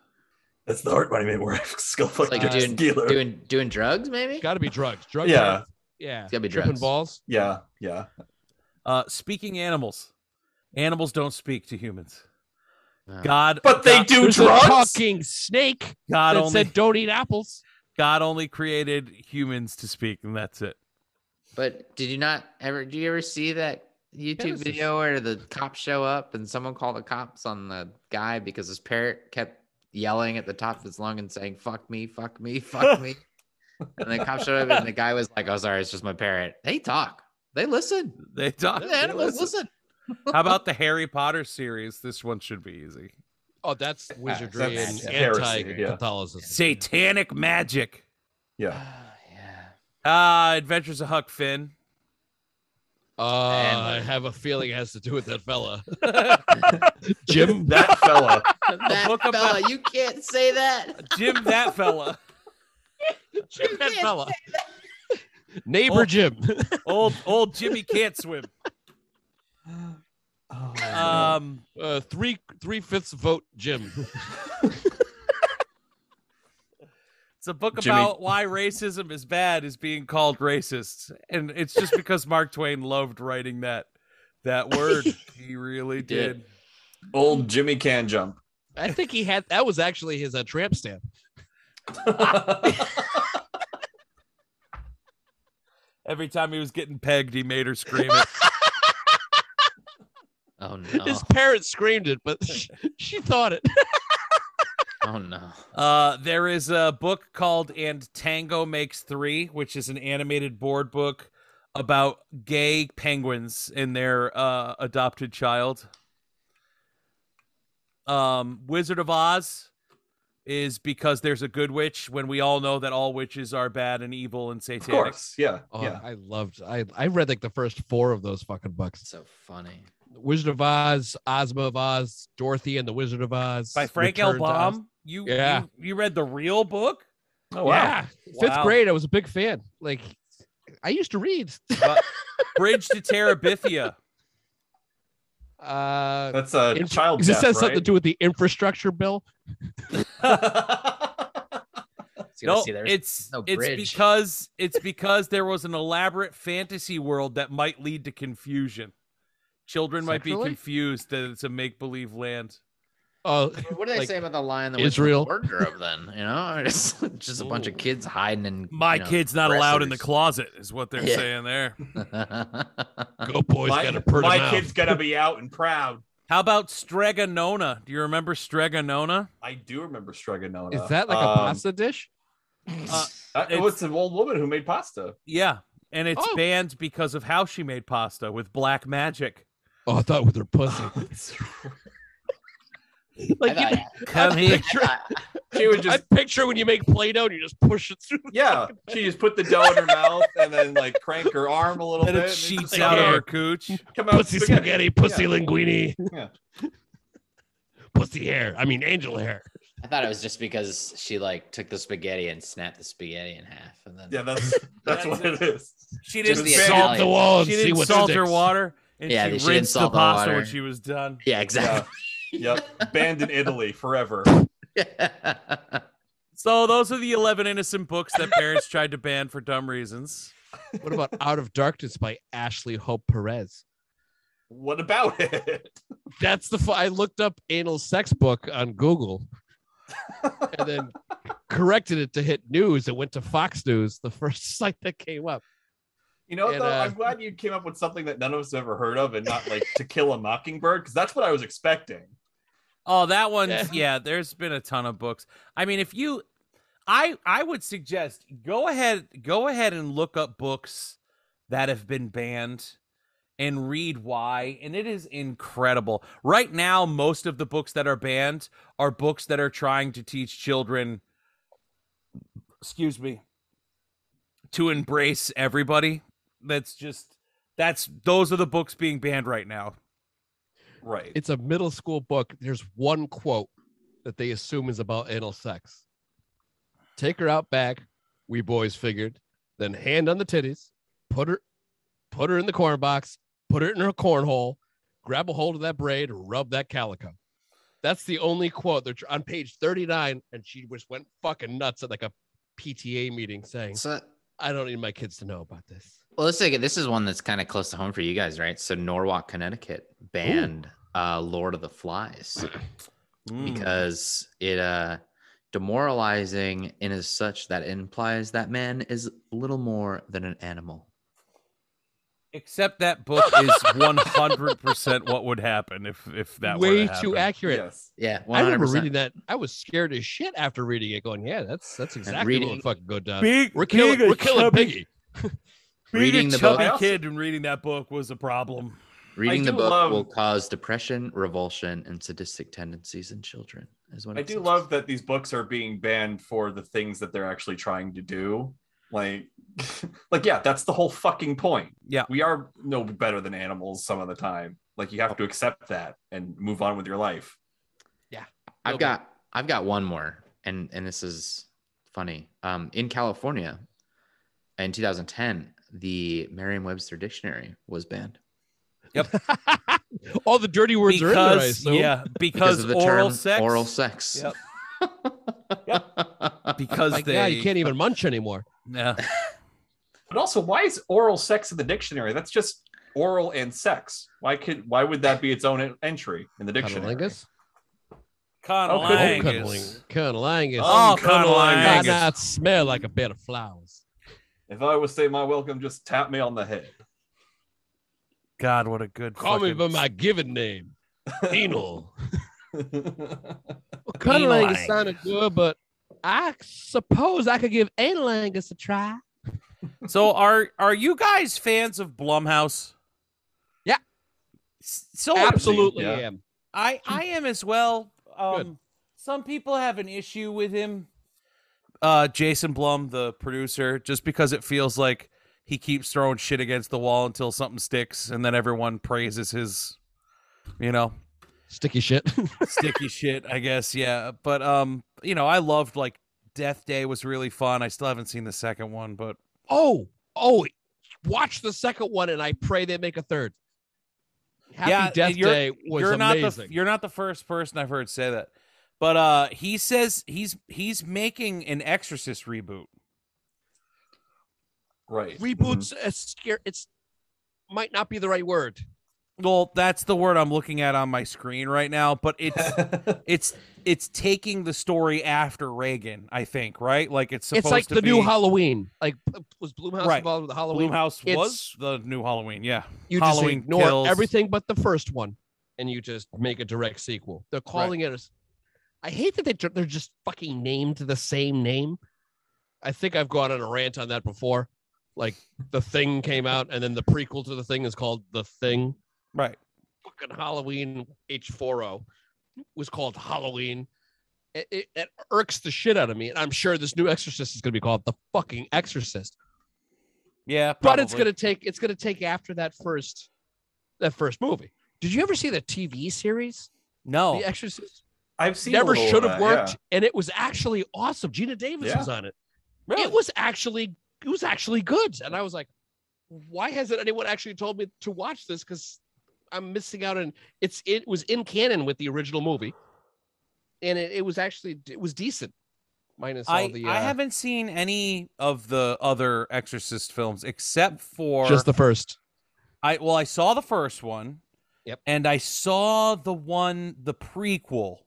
[SPEAKER 2] That's the art money where skull fuck
[SPEAKER 4] like
[SPEAKER 2] like
[SPEAKER 4] doing,
[SPEAKER 2] dealer.
[SPEAKER 4] doing doing drugs, maybe?
[SPEAKER 3] Got to be drugs. Drugs.
[SPEAKER 2] yeah,
[SPEAKER 3] are- yeah.
[SPEAKER 4] It's gotta be
[SPEAKER 3] Tripping
[SPEAKER 4] drugs.
[SPEAKER 3] balls.
[SPEAKER 2] yeah, yeah.
[SPEAKER 1] Uh, speaking animals. Animals don't speak to humans.
[SPEAKER 4] Uh,
[SPEAKER 1] God,
[SPEAKER 2] But they
[SPEAKER 1] God,
[SPEAKER 2] do
[SPEAKER 3] There's
[SPEAKER 2] drugs.
[SPEAKER 3] a talking snake
[SPEAKER 1] God
[SPEAKER 3] that
[SPEAKER 1] only
[SPEAKER 3] said, "Don't eat apples."
[SPEAKER 1] God only created humans to speak, and that's it.
[SPEAKER 4] But did you not ever? Do you ever see that YouTube
[SPEAKER 3] Genesis.
[SPEAKER 4] video where the cops show up and someone called the cops on the guy because his parrot kept yelling at the top of his lung and saying "fuck me, fuck me, fuck me," and the cops showed up and the guy was like, "Oh, sorry, it's just my parrot. They talk. They listen.
[SPEAKER 1] They talk.
[SPEAKER 4] The animals listen."
[SPEAKER 1] How about the Harry Potter series? This one should be easy.
[SPEAKER 3] Oh, that's wizardry
[SPEAKER 2] Ah, that's
[SPEAKER 3] and
[SPEAKER 2] heresy, yeah.
[SPEAKER 3] anti-Catholicism.
[SPEAKER 1] Satanic magic.
[SPEAKER 2] Yeah.
[SPEAKER 4] yeah.
[SPEAKER 1] Ah, Adventures of Huck Finn.
[SPEAKER 3] Uh, I have a feeling it has to do with that fella, Jim.
[SPEAKER 2] That fella.
[SPEAKER 4] That
[SPEAKER 1] book about-
[SPEAKER 4] fella, you can't say that.
[SPEAKER 1] Jim, that fella.
[SPEAKER 3] Jim, that
[SPEAKER 4] can't
[SPEAKER 3] fella. Neighbor
[SPEAKER 1] Oh.
[SPEAKER 3] Jim.
[SPEAKER 1] Old old Jimmy can't swim.
[SPEAKER 2] Oh,
[SPEAKER 1] Um,
[SPEAKER 3] Uh, three three fifths vote Jim.
[SPEAKER 1] it's a book
[SPEAKER 2] Jimmy-
[SPEAKER 1] about why racism is bad is being called racist, and it's just because Mark Twain loved writing that that word. He really
[SPEAKER 4] did.
[SPEAKER 1] did.
[SPEAKER 2] old Jimmy can jump.
[SPEAKER 3] I think he had that was actually his uh, tramp stamp.
[SPEAKER 1] Every time he was getting pegged, he made her scream it.
[SPEAKER 4] Oh no!
[SPEAKER 3] His parents screamed it, but she, she thought it.
[SPEAKER 4] Oh no!
[SPEAKER 1] Uh, there is a book called And Tango Makes Three, which is an animated board book about gay penguins and their uh, adopted child. Um, Wizard of Oz is because there's a good witch when we all know that all witches are bad and evil and
[SPEAKER 2] of
[SPEAKER 1] satanic.
[SPEAKER 2] course. Yeah.
[SPEAKER 3] Oh,
[SPEAKER 2] yeah.
[SPEAKER 3] I loved. I I read like the first four of those fucking books:
[SPEAKER 4] So funny.
[SPEAKER 3] Wizard of Oz, Ozma of Oz, Dorothy and the Wizard of Oz
[SPEAKER 1] By Frank L.
[SPEAKER 3] Return to Oz.
[SPEAKER 1] Baum. You,
[SPEAKER 3] Yeah.
[SPEAKER 1] you you read the real book?
[SPEAKER 2] Oh wow.
[SPEAKER 3] Yeah, fifth
[SPEAKER 1] Wow.
[SPEAKER 3] grade, I was a big fan. Like, I used to read.
[SPEAKER 1] Bridge to Terabithia.
[SPEAKER 3] Uh,
[SPEAKER 2] That's a
[SPEAKER 3] Inf-
[SPEAKER 2] child
[SPEAKER 3] Does this
[SPEAKER 2] death,
[SPEAKER 3] have
[SPEAKER 2] right?
[SPEAKER 3] something to do with the infrastructure bill?
[SPEAKER 4] I was gonna
[SPEAKER 1] No,
[SPEAKER 4] say there was-
[SPEAKER 1] it's
[SPEAKER 4] no
[SPEAKER 1] it's
[SPEAKER 4] bridge.
[SPEAKER 1] because it's because there was an elaborate fantasy world that might lead to confusion. Children might
[SPEAKER 3] Sexually?
[SPEAKER 1] be confused that it's a make believe land.
[SPEAKER 3] Oh,
[SPEAKER 4] What do they
[SPEAKER 3] like,
[SPEAKER 4] say about the lion that
[SPEAKER 3] Israel.
[SPEAKER 4] went to the wardrobe? Then you know, it's just a bunch of
[SPEAKER 1] Ooh.
[SPEAKER 4] kids hiding in.
[SPEAKER 1] My
[SPEAKER 4] you know,
[SPEAKER 1] kid's not allowed in the
[SPEAKER 4] dressers.
[SPEAKER 1] closet, is what they're
[SPEAKER 4] Yeah.
[SPEAKER 1] saying there.
[SPEAKER 3] Go boys,
[SPEAKER 2] my
[SPEAKER 3] gotta purr
[SPEAKER 2] my
[SPEAKER 3] them out.
[SPEAKER 2] kid's gonna be out and proud.
[SPEAKER 1] How about Strega Nona? Do you remember Strega Nona?
[SPEAKER 2] I do remember Stregonona.
[SPEAKER 3] Is that like a
[SPEAKER 2] Um,
[SPEAKER 3] pasta dish?
[SPEAKER 2] uh,
[SPEAKER 1] It's-
[SPEAKER 2] oh, it's an old woman who made pasta.
[SPEAKER 1] Yeah, and it's
[SPEAKER 3] Oh.
[SPEAKER 1] banned because of how she made pasta with black magic.
[SPEAKER 3] Oh, I thought with her pussy.
[SPEAKER 4] I
[SPEAKER 3] Like, you
[SPEAKER 4] thought-
[SPEAKER 3] know,
[SPEAKER 1] Come
[SPEAKER 3] I
[SPEAKER 1] here.
[SPEAKER 3] picture,
[SPEAKER 2] she would just
[SPEAKER 3] I picture when you make Play-Doh, and you just push it through.
[SPEAKER 2] yeah. She just put the dough in her mouth and then like crank her arm a little
[SPEAKER 1] And
[SPEAKER 2] bit.
[SPEAKER 1] it
[SPEAKER 2] and
[SPEAKER 1] sheets
[SPEAKER 2] just,
[SPEAKER 1] out of
[SPEAKER 2] like,
[SPEAKER 1] her cooch.
[SPEAKER 2] Come out
[SPEAKER 3] Pussy spaghetti, pussy linguine,
[SPEAKER 2] Yeah.
[SPEAKER 3] pussy hair. I mean, angel hair.
[SPEAKER 4] I thought it was just because she like took the spaghetti and snapped the spaghetti in half, and then
[SPEAKER 2] Yeah, that's that's what it is.
[SPEAKER 1] She
[SPEAKER 4] Just
[SPEAKER 1] didn't
[SPEAKER 4] the
[SPEAKER 1] salt
[SPEAKER 3] Salt the wall and
[SPEAKER 1] she
[SPEAKER 3] see
[SPEAKER 1] didn't
[SPEAKER 3] what
[SPEAKER 1] salt her
[SPEAKER 3] sticks.
[SPEAKER 1] water, and
[SPEAKER 4] Yeah,
[SPEAKER 1] she
[SPEAKER 4] they-
[SPEAKER 1] rinsed
[SPEAKER 4] she didn't
[SPEAKER 1] the
[SPEAKER 4] salt the
[SPEAKER 1] pasta when
[SPEAKER 4] water.
[SPEAKER 1] she was done.
[SPEAKER 4] yeah,
[SPEAKER 2] Yeah.
[SPEAKER 4] exactly.
[SPEAKER 2] Yep. Banned in Italy forever.
[SPEAKER 1] So those are the eleven innocent books that parents tried to ban for dumb reasons.
[SPEAKER 3] What about Out of Darkness by Ashley Hope Perez?
[SPEAKER 2] What about it?
[SPEAKER 3] That's the fu- I looked up anal sex book on Google, and then corrected it to hit news. It went to Fox News, the first site that came up.
[SPEAKER 2] You know, what,
[SPEAKER 3] And,
[SPEAKER 2] though,
[SPEAKER 3] uh,
[SPEAKER 2] I'm glad you came up with something that none of us have ever heard of, and not like To Kill a Mockingbird, because that's what I was expecting.
[SPEAKER 1] Oh, that one,
[SPEAKER 3] Yeah.
[SPEAKER 1] yeah. There's been a ton of books. I mean, if you, I, I would suggest go ahead, go ahead and look up books that have been banned, and read why. And it is incredible. Right now, most of the books that are banned are books that are trying to teach children. Excuse me. To embrace everybody. That's just that's those are the books being banned right now.
[SPEAKER 2] Right.
[SPEAKER 3] It's a middle school book. There's one quote that they assume is about anal sex. Take her out back, we boys figured. Then hand on the titties, put her, put her in the corn box, put her in her cornhole, grab a hold of that braid, rub that calico. That's the only quote. They're tr- on page 39, and she just went fucking nuts at like a PTA meeting saying,
[SPEAKER 4] so,
[SPEAKER 3] "I don't need my kids to know about this."
[SPEAKER 4] well, let's take it. This is one that's kind of close to home for you guys, right? So Norwalk, Connecticut banned uh, Lord of the Flies.
[SPEAKER 1] Mm.
[SPEAKER 4] because it uh demoralizing in as such that it implies that man is little more than an animal.
[SPEAKER 1] Except that book is 100% what would happen if if that were
[SPEAKER 3] way
[SPEAKER 1] to
[SPEAKER 3] too
[SPEAKER 1] happen.
[SPEAKER 3] accurate.
[SPEAKER 2] Yes.
[SPEAKER 4] Yeah, 100%.
[SPEAKER 3] I remember reading that. I was scared as shit after reading it, going, "Yeah, that's that's exactly what
[SPEAKER 4] reading-
[SPEAKER 3] would fucking go down."
[SPEAKER 1] Big,
[SPEAKER 3] uh, We're killing,
[SPEAKER 1] being a
[SPEAKER 3] we're killing
[SPEAKER 1] chubby-
[SPEAKER 3] Piggy.
[SPEAKER 1] being
[SPEAKER 4] Reading
[SPEAKER 1] a
[SPEAKER 4] the
[SPEAKER 1] chubby
[SPEAKER 2] book-
[SPEAKER 1] kid and reading that book was a problem.
[SPEAKER 4] Reading the
[SPEAKER 2] do
[SPEAKER 4] book
[SPEAKER 2] love-
[SPEAKER 4] will cause depression, revulsion, and sadistic tendencies in children. Is what
[SPEAKER 2] I
[SPEAKER 4] it
[SPEAKER 2] do
[SPEAKER 4] says.
[SPEAKER 2] love that these books are being banned for the things that they're actually trying to do. Like, like yeah, that's the whole fucking point.
[SPEAKER 1] Yeah.
[SPEAKER 2] we are no better than animals some of the time. Like, you have to accept that and move on with your life.
[SPEAKER 4] I've
[SPEAKER 3] Okay.
[SPEAKER 4] got I've got one more, and and this is funny. Um, in California, in 2010, the Merriam-Webster dictionary was banned
[SPEAKER 3] All the dirty words are in there. I
[SPEAKER 1] Because
[SPEAKER 3] assume.
[SPEAKER 1] yeah, because,
[SPEAKER 4] of the
[SPEAKER 1] oral
[SPEAKER 4] term
[SPEAKER 1] sex.
[SPEAKER 4] oral sex.
[SPEAKER 1] Yep.
[SPEAKER 4] because
[SPEAKER 1] because
[SPEAKER 3] like
[SPEAKER 1] they
[SPEAKER 3] yeah, you can't e- even munch anymore.
[SPEAKER 1] Yeah.
[SPEAKER 2] But also, why is oral sex in the dictionary? That's just oral and sex. Why could why would that be its own en- entry in the dictionary?
[SPEAKER 3] Conolingus.
[SPEAKER 2] Oh,
[SPEAKER 1] Conolingus.
[SPEAKER 3] Conolingus. Conolingus.
[SPEAKER 1] Oh,
[SPEAKER 3] God,
[SPEAKER 1] Conolingus.
[SPEAKER 3] now it smell like a bed of flowers.
[SPEAKER 2] If I was say my welcome, just tap me on the head.
[SPEAKER 1] God, what a good.
[SPEAKER 3] Call me by
[SPEAKER 1] fucking-
[SPEAKER 3] my given name, Enel. Well,
[SPEAKER 1] Analingus.
[SPEAKER 3] Cunnilingus sounded good, but I suppose I could give Analingus a try.
[SPEAKER 1] So are are you guys fans of Blumhouse?
[SPEAKER 3] Yeah.
[SPEAKER 1] S- So
[SPEAKER 3] Absolutely
[SPEAKER 2] yeah.
[SPEAKER 3] am.
[SPEAKER 1] I I am as well.
[SPEAKER 3] Good.
[SPEAKER 1] Um, some people have an issue with him, uh, Jason Blum, the producer, just because it feels like he keeps throwing shit against the wall until something sticks, and then everyone praises his, you know,
[SPEAKER 3] Sticky shit.
[SPEAKER 1] sticky shit. I guess yeah. But um, you know, I loved like Death Day was really fun. I still haven't seen the second one, but
[SPEAKER 3] oh, oh, watch the second one, and I pray they make a third. Happy
[SPEAKER 1] Yeah,
[SPEAKER 3] Death
[SPEAKER 1] and you're-
[SPEAKER 3] Day was
[SPEAKER 1] you're
[SPEAKER 3] amazing.
[SPEAKER 1] not the you're not the first person I've heard say that. But uh, he says he's he's making an Exorcist reboot.
[SPEAKER 2] right.
[SPEAKER 3] Reboots,
[SPEAKER 1] Mm-hmm.
[SPEAKER 3] uh, scare, it's might not be the right word.
[SPEAKER 1] Well, that's the word I'm looking at on my screen right now, but it's it's it's taking the story after Reagan, I think, right? Like it's supposed
[SPEAKER 3] It's like
[SPEAKER 1] to
[SPEAKER 3] the
[SPEAKER 1] be
[SPEAKER 3] new Halloween. Like, uh, was Bloomhouse
[SPEAKER 1] Right.
[SPEAKER 3] involved with the Halloween?
[SPEAKER 1] Bloomhouse
[SPEAKER 3] It's-
[SPEAKER 1] was the new Halloween, yeah.
[SPEAKER 3] you
[SPEAKER 1] Halloween
[SPEAKER 3] just ignore
[SPEAKER 1] Kills.
[SPEAKER 3] everything but the first one and you just make a direct sequel they're calling it as i hate that they, tr- they're just fucking named the same name i think i've gone on a rant on that before like the thing came out and then the prequel to the thing is called the thing
[SPEAKER 1] Right.
[SPEAKER 3] fucking halloween h40 was called halloween it, it, it irks the shit out of me and i'm sure this new exorcist is going to be called the fucking exorcist
[SPEAKER 1] Yeah,
[SPEAKER 3] but it's
[SPEAKER 1] probably.
[SPEAKER 3] gonna take it's gonna take after that first that first movie. Did you ever see the TV series
[SPEAKER 1] No.
[SPEAKER 3] The Exorcist?
[SPEAKER 2] I've Oh. seen a
[SPEAKER 3] Never
[SPEAKER 2] little of
[SPEAKER 3] should have
[SPEAKER 2] that,
[SPEAKER 3] worked, and it was actually awesome. Gina Davis
[SPEAKER 2] Yeah.
[SPEAKER 3] was on it.
[SPEAKER 1] Really?
[SPEAKER 3] It was actually it was actually good, and I was like, why hasn't anyone actually told me to watch this? Because I'm missing out on it's it was in canon with the original movie, and it, it was actually it was decent. Minus all
[SPEAKER 1] I,
[SPEAKER 3] the uh,
[SPEAKER 1] I haven't seen any of the other Exorcist films except for
[SPEAKER 3] just the first.
[SPEAKER 1] I well, I saw the first one.
[SPEAKER 3] Yep.
[SPEAKER 1] And I saw the one, the prequel.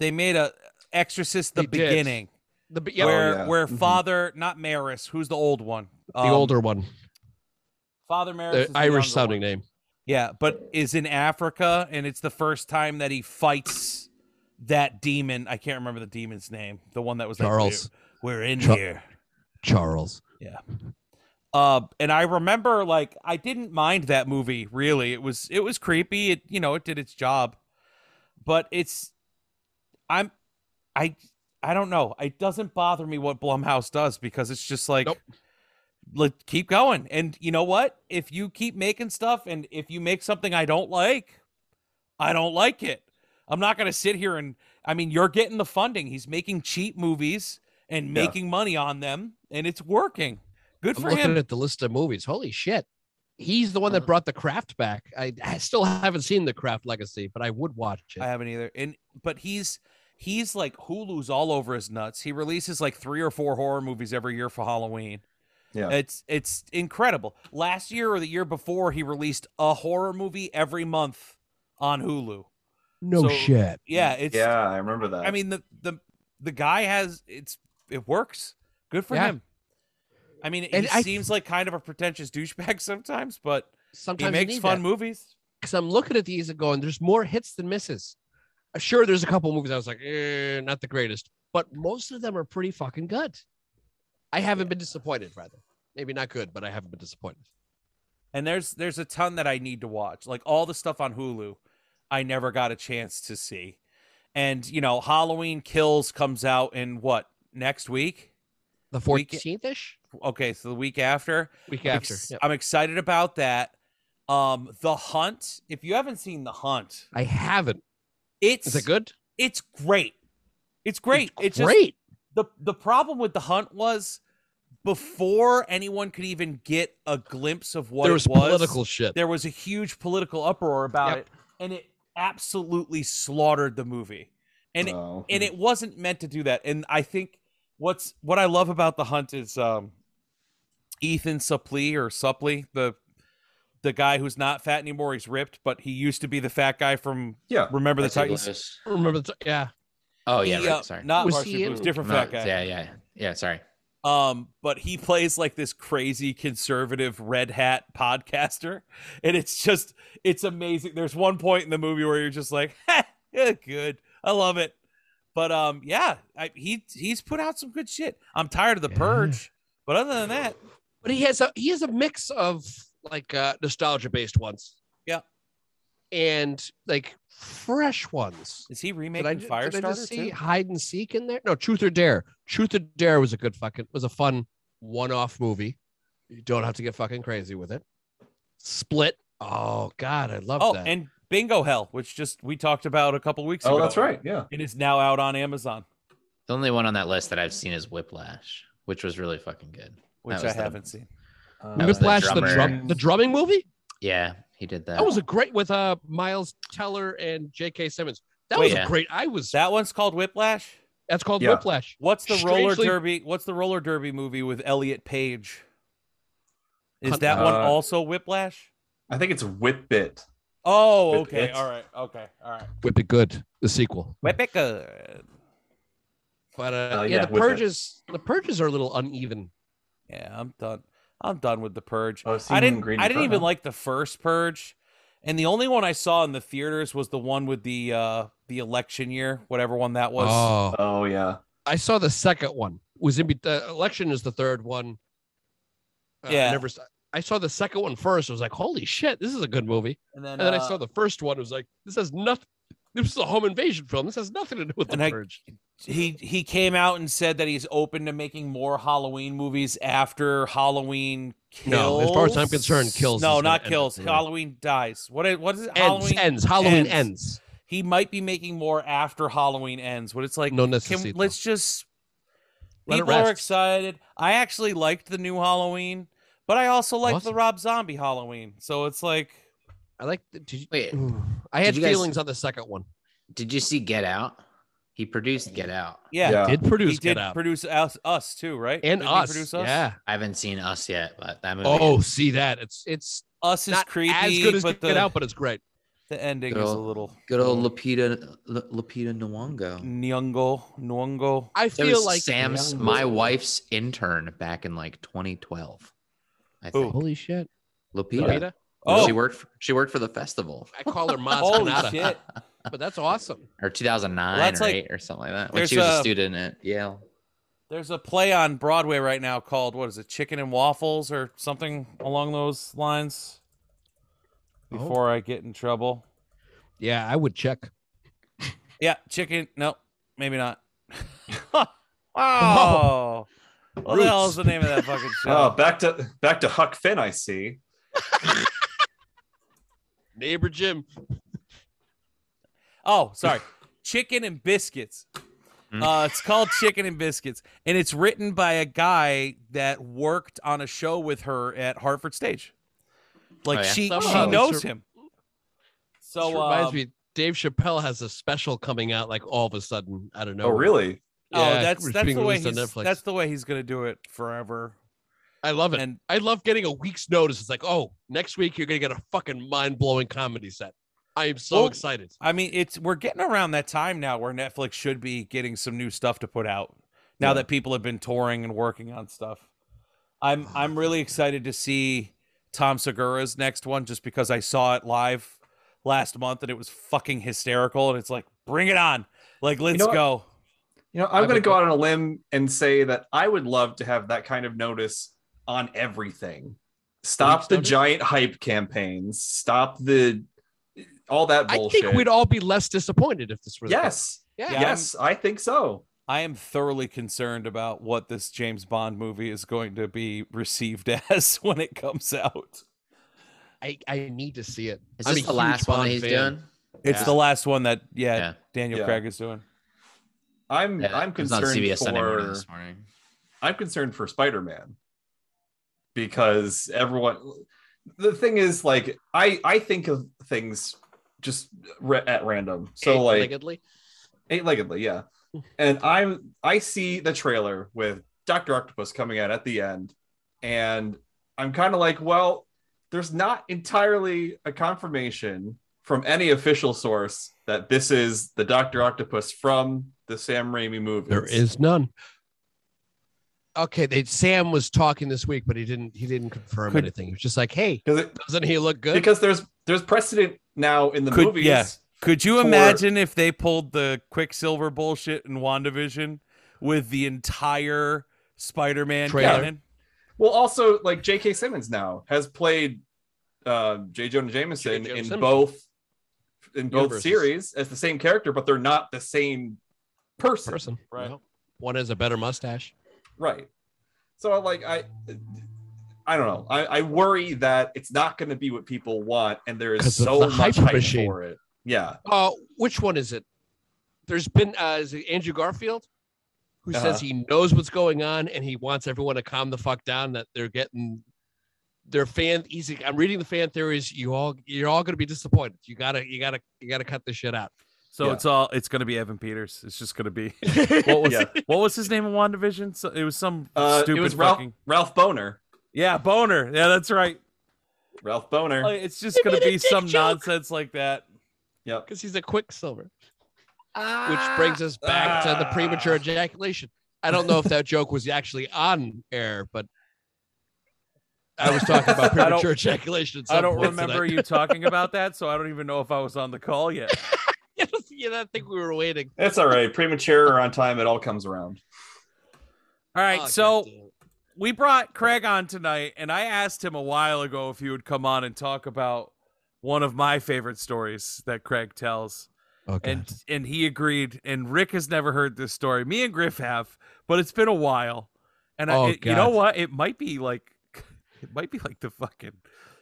[SPEAKER 1] They made a Exorcist the
[SPEAKER 3] They did.
[SPEAKER 1] beginning,
[SPEAKER 3] The yeah, Mm-hmm.
[SPEAKER 1] where
[SPEAKER 2] Oh, yeah.
[SPEAKER 1] where
[SPEAKER 2] Mhm.
[SPEAKER 1] Father not Maris, who's the old one,
[SPEAKER 2] Oh,
[SPEAKER 3] the
[SPEAKER 1] Um,
[SPEAKER 3] older one,
[SPEAKER 1] Father Maris,
[SPEAKER 3] the
[SPEAKER 1] is the younger
[SPEAKER 3] Irish sounding
[SPEAKER 1] one.
[SPEAKER 3] name.
[SPEAKER 1] yeah, but is in Africa, and it's the first time that he fights that demon. I can't remember the demon's name, the one that was like, "We're-
[SPEAKER 3] Charles.
[SPEAKER 1] We're, in
[SPEAKER 3] Char-
[SPEAKER 1] here.
[SPEAKER 3] Charles.
[SPEAKER 1] Uh, and I remember like I didn't mind that movie really. It was it was creepy. It you know it did its job, but it's I'm I I don't know. It doesn't bother me what Blumhouse does because it's just like
[SPEAKER 3] Nope.
[SPEAKER 1] like keep going. And you know what? If you keep making stuff and if you make something I don't like, I don't like it. I'm not gonna sit here and I mean you're getting the funding. He's making cheap movies and
[SPEAKER 2] Yeah.
[SPEAKER 1] making money on them, and it's working. Good
[SPEAKER 3] I'm
[SPEAKER 1] for
[SPEAKER 3] looking
[SPEAKER 1] him.
[SPEAKER 3] at the list of movies. Holy shit. He's the one that
[SPEAKER 4] Uh.
[SPEAKER 3] brought the craft back. I, I still haven't seen the craft legacy, but I would watch it.
[SPEAKER 1] I haven't either. And but he's he's like Hulu's all over his nuts. He releases like three or four horror movies every year for Halloween.
[SPEAKER 2] Yeah.
[SPEAKER 1] It's it's incredible. Last year or the year before, he released a horror movie every month on Hulu. No So-
[SPEAKER 3] shit.
[SPEAKER 1] Yeah, it's
[SPEAKER 2] Mm, yeah, I remember that.
[SPEAKER 1] I mean the the the guy has it's it works. Good for
[SPEAKER 3] Yeah.
[SPEAKER 1] him. I mean,
[SPEAKER 3] And
[SPEAKER 1] he
[SPEAKER 3] I-
[SPEAKER 1] seems like kind of a pretentious douchebag sometimes, but he
[SPEAKER 3] Sometimes you
[SPEAKER 1] makes
[SPEAKER 3] need
[SPEAKER 1] fun
[SPEAKER 3] that.
[SPEAKER 1] movies.
[SPEAKER 3] because I'm looking at these and going, there's more hits than misses. Uh, Sure, there's a couple movies I was like, eh, not the greatest, but most of them are pretty fucking good. I haven't been disappointed, rather. Maybe not good, but I haven't been disappointed.
[SPEAKER 1] And there's there's a ton that I need to watch. Like all the stuff on Hulu, I never got a chance to see. And you know, Halloween Kills comes out in what next week?
[SPEAKER 3] The
[SPEAKER 1] We ca-
[SPEAKER 3] 14th ish
[SPEAKER 1] Okay, so the week after.
[SPEAKER 3] week
[SPEAKER 1] I'm
[SPEAKER 3] after.
[SPEAKER 1] ex-
[SPEAKER 3] Yep.
[SPEAKER 1] I'm excited about that. Um, The Hunt. If you haven't seen The Hunt,
[SPEAKER 3] I haven't.
[SPEAKER 1] it's
[SPEAKER 3] Is it good?
[SPEAKER 1] It's great. It's great. It's, just-
[SPEAKER 3] great.
[SPEAKER 1] the the problem with the hunt was before anyone could even get a glimpse of what
[SPEAKER 3] there was,
[SPEAKER 1] it was
[SPEAKER 3] political shit.
[SPEAKER 1] there was a huge political uproar about
[SPEAKER 3] Yep.
[SPEAKER 1] it and it absolutely slaughtered the movie and it,
[SPEAKER 2] Oh.
[SPEAKER 3] Mm.
[SPEAKER 1] and it wasn't meant to do that and i think what's what i love about the hunt is um ethan suplee or suplee the the guy who's not fat anymore he's ripped but he used to be the fat guy from
[SPEAKER 2] yeah,
[SPEAKER 1] remember the
[SPEAKER 4] Varsity
[SPEAKER 1] titans
[SPEAKER 4] Blues.
[SPEAKER 3] Remember, the t- yeah.
[SPEAKER 4] Oh yeah,
[SPEAKER 1] He, uh,
[SPEAKER 4] right, sorry.
[SPEAKER 1] not
[SPEAKER 3] Was
[SPEAKER 1] Varsity
[SPEAKER 3] he in-
[SPEAKER 1] Blues, different
[SPEAKER 4] No,
[SPEAKER 1] fat guy
[SPEAKER 4] yeah, yeah, yeah. Sorry.
[SPEAKER 1] Um, but he plays like this crazy conservative red hat podcaster, and it's just it's amazing. There's one point in the movie where you're just like, "Ha, yeah, good, I love it. But um, yeah, I, he he's put out some good shit. I'm tired of the
[SPEAKER 3] Yeah.
[SPEAKER 1] purge, but other than that,
[SPEAKER 3] But he has a he has a mix of like uh, nostalgia based ones.
[SPEAKER 1] Yeah.
[SPEAKER 3] And like fresh ones.
[SPEAKER 1] is he
[SPEAKER 3] Did I,
[SPEAKER 1] remaking
[SPEAKER 3] ju- did I
[SPEAKER 1] Firestarter
[SPEAKER 3] just see
[SPEAKER 1] too?
[SPEAKER 3] hide and seek in there? No, Truth or Dare. Truth or Dare was a good fucking was a fun one-off movie. You don't have to get fucking crazy with it. Split. Oh God, I love
[SPEAKER 1] Oh,
[SPEAKER 3] that.
[SPEAKER 1] and Bingo Hell, which just we talked about a couple weeks
[SPEAKER 2] Oh,
[SPEAKER 1] ago.
[SPEAKER 2] that's right. Yeah.
[SPEAKER 1] It is now out on Amazon,
[SPEAKER 4] The only one on that list that I've seen is Whiplash, which was really fucking good.
[SPEAKER 1] which
[SPEAKER 4] was
[SPEAKER 1] I
[SPEAKER 4] the-
[SPEAKER 1] haven't seen.
[SPEAKER 4] That was the
[SPEAKER 3] Whiplash, Uh, the,
[SPEAKER 4] drummer.
[SPEAKER 3] drum, the drumming movie.
[SPEAKER 4] Yeah, he did that.
[SPEAKER 3] That was a great with uh Miles Teller and J.K. Simmons. That
[SPEAKER 1] Wait,
[SPEAKER 3] was
[SPEAKER 4] yeah.
[SPEAKER 3] a great. I was.
[SPEAKER 1] Oh, That one's called Whiplash.
[SPEAKER 3] That's called
[SPEAKER 2] Yeah.
[SPEAKER 3] Whiplash.
[SPEAKER 1] What's the roller
[SPEAKER 3] Strangely-
[SPEAKER 1] derby? What's the roller derby movie with Elliot Page? Is
[SPEAKER 3] Hunt-
[SPEAKER 1] that one
[SPEAKER 2] Uh,
[SPEAKER 1] also Whiplash?
[SPEAKER 2] I think it's Whip It.
[SPEAKER 1] Oh,
[SPEAKER 2] with
[SPEAKER 1] okay,
[SPEAKER 2] it.
[SPEAKER 1] all right, okay, all right.
[SPEAKER 3] Whip it good. The sequel.
[SPEAKER 1] Whip it good.
[SPEAKER 3] But uh,
[SPEAKER 2] Oh,
[SPEAKER 3] yeah,
[SPEAKER 2] yeah,
[SPEAKER 3] the
[SPEAKER 2] Whip It.
[SPEAKER 3] purges. The purges are a little uneven.
[SPEAKER 1] Yeah, I'm done. I'm done with the Purge.
[SPEAKER 2] Oh,
[SPEAKER 1] I
[SPEAKER 2] Seaman
[SPEAKER 1] didn't.
[SPEAKER 2] Green
[SPEAKER 1] I didn't even
[SPEAKER 2] Inferno.
[SPEAKER 1] like the first Purge, and the only one I saw in the theaters was the one with the uh the election year, whatever one that was.
[SPEAKER 3] oh,
[SPEAKER 2] Oh yeah.
[SPEAKER 3] I saw the second one. It was in be- the election is the third one. I
[SPEAKER 1] Yeah.
[SPEAKER 3] never. Saw, I saw the second one first. I was like, "Holy shit, this is a good movie!"
[SPEAKER 1] and then,
[SPEAKER 3] And then I
[SPEAKER 1] uh,
[SPEAKER 3] saw the first one. It was like, "This has nothing. This is a home invasion film. This has nothing to do with the
[SPEAKER 1] And I-
[SPEAKER 3] purge."
[SPEAKER 1] he he came out and said that he's open to making more Halloween movies after Halloween
[SPEAKER 3] No,
[SPEAKER 1] kills.
[SPEAKER 3] as far as I'm concerned, Kills is
[SPEAKER 1] No,
[SPEAKER 3] gonna
[SPEAKER 1] not
[SPEAKER 3] end up
[SPEAKER 1] kills.
[SPEAKER 3] being-
[SPEAKER 1] Halloween dies. What is, what is it?
[SPEAKER 3] Ends,
[SPEAKER 1] Halloween.
[SPEAKER 3] ends. Halloween
[SPEAKER 1] ends.
[SPEAKER 3] ends.
[SPEAKER 1] He might be making more after Halloween ends. What it's like?
[SPEAKER 3] No
[SPEAKER 1] Can,
[SPEAKER 3] necessity.
[SPEAKER 1] let's just.
[SPEAKER 3] Let it
[SPEAKER 1] people are
[SPEAKER 3] rest.
[SPEAKER 1] excited. I actually liked the new Halloween, but I also liked the
[SPEAKER 3] Awesome.
[SPEAKER 1] Rob Zombie Halloween. So it's like,
[SPEAKER 3] I like. The, did you,
[SPEAKER 4] Wait,
[SPEAKER 3] I had
[SPEAKER 4] you guys-
[SPEAKER 3] feelings on the second one.
[SPEAKER 4] did you see Get Out? He produced Get Out.
[SPEAKER 1] yeah,
[SPEAKER 2] Yeah.
[SPEAKER 3] Did
[SPEAKER 1] Uh, he
[SPEAKER 3] produce
[SPEAKER 1] did
[SPEAKER 3] Get Out
[SPEAKER 1] produce us, us too, right?
[SPEAKER 3] and
[SPEAKER 1] Didn't he
[SPEAKER 3] us.
[SPEAKER 1] produce
[SPEAKER 3] Yeah.
[SPEAKER 4] I haven't seen Us yet, but that movie.
[SPEAKER 3] Oh, see that? It's it's
[SPEAKER 1] Us is
[SPEAKER 3] not
[SPEAKER 1] creepy,
[SPEAKER 3] as good as
[SPEAKER 1] but
[SPEAKER 3] Get
[SPEAKER 1] the,
[SPEAKER 3] Out, but it's great.
[SPEAKER 1] the ending
[SPEAKER 4] Good
[SPEAKER 1] is a
[SPEAKER 4] old-
[SPEAKER 1] little
[SPEAKER 4] good old Lupita L- Lupita Nyong'o.
[SPEAKER 1] Nyong'o, Nyong'o.
[SPEAKER 3] I
[SPEAKER 4] That
[SPEAKER 3] feel
[SPEAKER 4] was
[SPEAKER 3] like
[SPEAKER 4] Sam's
[SPEAKER 2] Nyong'o.
[SPEAKER 4] my wife's intern back in like 2012. I
[SPEAKER 1] Who?
[SPEAKER 4] think
[SPEAKER 3] Holy shit!
[SPEAKER 4] Lupita.
[SPEAKER 3] Rita,
[SPEAKER 1] Oh,
[SPEAKER 4] She worked for, she worked for the festival
[SPEAKER 3] I call her Maz
[SPEAKER 1] holy
[SPEAKER 3] Kanata.
[SPEAKER 1] shit!
[SPEAKER 3] but that's awesome.
[SPEAKER 4] or 2009
[SPEAKER 1] Well, that's
[SPEAKER 4] or
[SPEAKER 1] like-
[SPEAKER 4] 8 or something like that when
[SPEAKER 1] there's
[SPEAKER 4] she was a,
[SPEAKER 1] a-
[SPEAKER 4] student at Yale.
[SPEAKER 1] There's a play on Broadway right now called what is it, Chicken and Waffles or something along those lines.
[SPEAKER 3] Oh.
[SPEAKER 1] Before I get in trouble.
[SPEAKER 3] Yeah, I would check.
[SPEAKER 1] Yeah, chicken. No, maybe not. wow. What the hell is the name of that fucking
[SPEAKER 2] Oh,
[SPEAKER 1] show?
[SPEAKER 2] back to back to Huck Finn. I see.
[SPEAKER 3] Neighbor Jim.
[SPEAKER 1] Oh, sorry. Chicken and Biscuits.
[SPEAKER 4] Mm.
[SPEAKER 1] Uh, it's called Chicken and Biscuits, and it's written by a guy that worked on a show with her at Hartford Stage. Like
[SPEAKER 4] Oh, yeah?
[SPEAKER 1] she,
[SPEAKER 3] Somehow
[SPEAKER 1] she
[SPEAKER 3] this
[SPEAKER 1] knows
[SPEAKER 3] re-
[SPEAKER 1] him.
[SPEAKER 3] So uh,
[SPEAKER 1] So
[SPEAKER 3] reminds
[SPEAKER 1] um,
[SPEAKER 3] me, Dave Chappelle has a special coming out like all of a sudden. I don't know.
[SPEAKER 2] Oh, really?
[SPEAKER 1] oh,
[SPEAKER 3] Yeah,
[SPEAKER 1] that's
[SPEAKER 3] it's
[SPEAKER 1] that's
[SPEAKER 3] being
[SPEAKER 1] the way
[SPEAKER 3] released on
[SPEAKER 1] he's,
[SPEAKER 3] Netflix.
[SPEAKER 1] that's the way he's gonna do it forever.
[SPEAKER 3] I love it.
[SPEAKER 1] And
[SPEAKER 3] I love getting a week's notice. It's like, oh, next week you're gonna get a fucking mind blowing comedy set. I am so
[SPEAKER 1] Well-
[SPEAKER 3] excited.
[SPEAKER 1] I mean, it's we're getting around that time now where Netflix should be getting some new stuff to put out. Now
[SPEAKER 2] Yeah.
[SPEAKER 1] that people have been touring and working on stuff, I'm
[SPEAKER 2] Oh,
[SPEAKER 1] I'm really excited to see Tom Segura's next one just because I saw it live last month and it was fucking hysterical and it's like bring it on, like let's
[SPEAKER 2] know what?
[SPEAKER 1] go.
[SPEAKER 2] You know, I'm going to go out on a limb and say that I would love to have that kind of notice on everything. Stop
[SPEAKER 3] Weeks
[SPEAKER 2] the
[SPEAKER 3] notice?
[SPEAKER 2] giant hype campaigns. Stop the all that
[SPEAKER 3] I
[SPEAKER 2] bullshit.
[SPEAKER 3] think we'd all be less disappointed if this were the case.
[SPEAKER 2] yes,
[SPEAKER 3] Yeah.
[SPEAKER 1] Yeah.
[SPEAKER 2] yes, I think so.
[SPEAKER 1] I am thoroughly concerned about what this James Bond movie is going to be received as when it comes out.
[SPEAKER 3] I, I need to see it.
[SPEAKER 4] Is
[SPEAKER 3] I'm
[SPEAKER 4] this
[SPEAKER 3] a
[SPEAKER 4] the
[SPEAKER 3] huge
[SPEAKER 4] last one
[SPEAKER 3] Bond
[SPEAKER 4] he's
[SPEAKER 3] fan.
[SPEAKER 4] doing?
[SPEAKER 1] It's
[SPEAKER 4] Yeah.
[SPEAKER 1] the last one that yeah,
[SPEAKER 4] Yeah.
[SPEAKER 1] Daniel
[SPEAKER 2] Yeah.
[SPEAKER 1] Craig is doing.
[SPEAKER 2] I'm
[SPEAKER 4] Yeah,
[SPEAKER 2] I'm
[SPEAKER 4] it was on
[SPEAKER 2] concerned
[SPEAKER 4] CBS
[SPEAKER 2] for
[SPEAKER 4] Sunday morning this morning.
[SPEAKER 2] I'm concerned for Spider-Man because everyone the thing is like I I think of things just ra- at random. So like
[SPEAKER 3] Eight-leggedly?
[SPEAKER 2] eight-leggedly yeah and i'm i see the trailer with dr octopus coming out at the end and i'm kind of like well there's not entirely a confirmation from any official source that this is the dr octopus from the sam raimi movies
[SPEAKER 3] there is none. Okay, they, Sam was talking this week, but he didn't. He didn't confirm
[SPEAKER 1] Could-
[SPEAKER 3] anything. He was just like, "Hey,
[SPEAKER 2] because it,
[SPEAKER 3] doesn't he look good?"
[SPEAKER 2] because there's there's precedent now in the
[SPEAKER 1] Could-
[SPEAKER 2] movies
[SPEAKER 1] yeah. Could you
[SPEAKER 2] for-
[SPEAKER 1] imagine if they pulled the Quicksilver bullshit in WandaVision with the entire Spider-Man
[SPEAKER 3] Trailer.
[SPEAKER 1] canon?
[SPEAKER 2] well also like jk simmons now has played uh j jonah jameson
[SPEAKER 3] J.
[SPEAKER 2] in
[SPEAKER 3] Jameson.
[SPEAKER 2] both in both
[SPEAKER 3] Universes.
[SPEAKER 2] series as the same character but they're not the same person,
[SPEAKER 3] person,
[SPEAKER 1] Right.
[SPEAKER 3] No. One has a better mustache.
[SPEAKER 2] right so like i i don't know i, I worry that it's not going to be what people want and there is
[SPEAKER 3] 'Cause of
[SPEAKER 2] so
[SPEAKER 3] the
[SPEAKER 2] much
[SPEAKER 3] hype
[SPEAKER 2] hype
[SPEAKER 3] machine.
[SPEAKER 2] for it yeah
[SPEAKER 3] Uh, which one is it? There's been uh, is it Andrew Garfield, who
[SPEAKER 2] Uh-huh.
[SPEAKER 3] says he knows what's going on and he wants everyone to calm the fuck down. That they're getting their fan easy. I'm reading the fan theories. You all, you're all going to be disappointed. You gotta, you gotta, you gotta cut this shit out.
[SPEAKER 1] So
[SPEAKER 2] Yeah.
[SPEAKER 1] it's all it's going to be Evan Peters. It's just going to be what was
[SPEAKER 2] yeah
[SPEAKER 1] what was his name in WandaVision? So, it was some
[SPEAKER 2] uh,
[SPEAKER 1] stupid
[SPEAKER 2] it was ralph,
[SPEAKER 1] fucking
[SPEAKER 2] ralph boner
[SPEAKER 1] Yeah, Boner. Yeah, that's right.
[SPEAKER 2] ralph boner
[SPEAKER 1] Like, It's just going
[SPEAKER 3] made
[SPEAKER 1] to
[SPEAKER 3] a
[SPEAKER 1] be
[SPEAKER 3] dick
[SPEAKER 1] some
[SPEAKER 3] joke.
[SPEAKER 1] nonsense like that.
[SPEAKER 2] yep
[SPEAKER 3] because he's a quicksilver. Which brings us back to the
[SPEAKER 2] Ah.
[SPEAKER 3] premature ejaculation. I don't know if that joke was actually on air, but I was talking about
[SPEAKER 1] I don't-
[SPEAKER 3] premature ejaculation. at
[SPEAKER 1] I
[SPEAKER 3] some
[SPEAKER 1] don't
[SPEAKER 3] point
[SPEAKER 1] remember
[SPEAKER 3] tonight.
[SPEAKER 1] you talking about that, so I don't even know if I was on the call yet.
[SPEAKER 3] yeah, I think we were waiting.
[SPEAKER 2] it's all right premature or on time it all comes around
[SPEAKER 1] All right,
[SPEAKER 3] Oh,
[SPEAKER 1] so
[SPEAKER 3] goddamn.
[SPEAKER 1] we brought Craig on tonight, and I asked him a while ago if he would come on and talk about one of my favorite stories that Craig tells,
[SPEAKER 3] okay.
[SPEAKER 1] and and he agreed. And Rick has never heard this story. Me and Griff have, but it's been a while. And
[SPEAKER 3] Oh,
[SPEAKER 1] I, it- you know
[SPEAKER 3] God.
[SPEAKER 1] what? It might be like, it might be like the fucking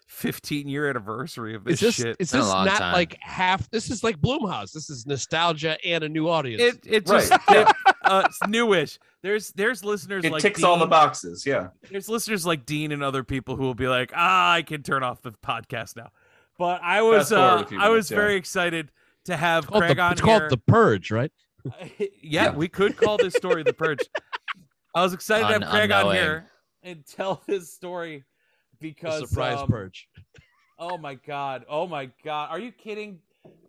[SPEAKER 1] fifteen year anniversary of
[SPEAKER 3] is
[SPEAKER 1] this,
[SPEAKER 3] this
[SPEAKER 1] shit.
[SPEAKER 3] is
[SPEAKER 4] Been a
[SPEAKER 3] this
[SPEAKER 4] long
[SPEAKER 3] not
[SPEAKER 4] time.
[SPEAKER 3] like half? This is like Bloomhouse. This is nostalgia and a new audience.
[SPEAKER 1] It it
[SPEAKER 2] Right,
[SPEAKER 1] just it- uh, it's newish. There's there's listeners
[SPEAKER 2] it
[SPEAKER 1] like
[SPEAKER 2] ticks all the
[SPEAKER 1] Dean-
[SPEAKER 2] boxes yeah
[SPEAKER 1] there's listeners like Dean and other people who will be like, ah, I can turn off the podcast now. But I was
[SPEAKER 2] Fast forward
[SPEAKER 1] uh,
[SPEAKER 2] a few
[SPEAKER 1] I was
[SPEAKER 2] minutes, yeah.
[SPEAKER 1] very excited to have
[SPEAKER 3] called
[SPEAKER 1] Craig
[SPEAKER 3] the,
[SPEAKER 1] on
[SPEAKER 3] it's
[SPEAKER 1] here.
[SPEAKER 3] called the purge, right?
[SPEAKER 1] yeah, we could call this story the purge. I was excited to have
[SPEAKER 4] Un-
[SPEAKER 1] Craig on
[SPEAKER 4] unknowing.
[SPEAKER 1] here and tell his story
[SPEAKER 3] The
[SPEAKER 1] because
[SPEAKER 3] surprise
[SPEAKER 1] um,
[SPEAKER 3] purge.
[SPEAKER 1] Oh my god. Oh my god. Are you kidding?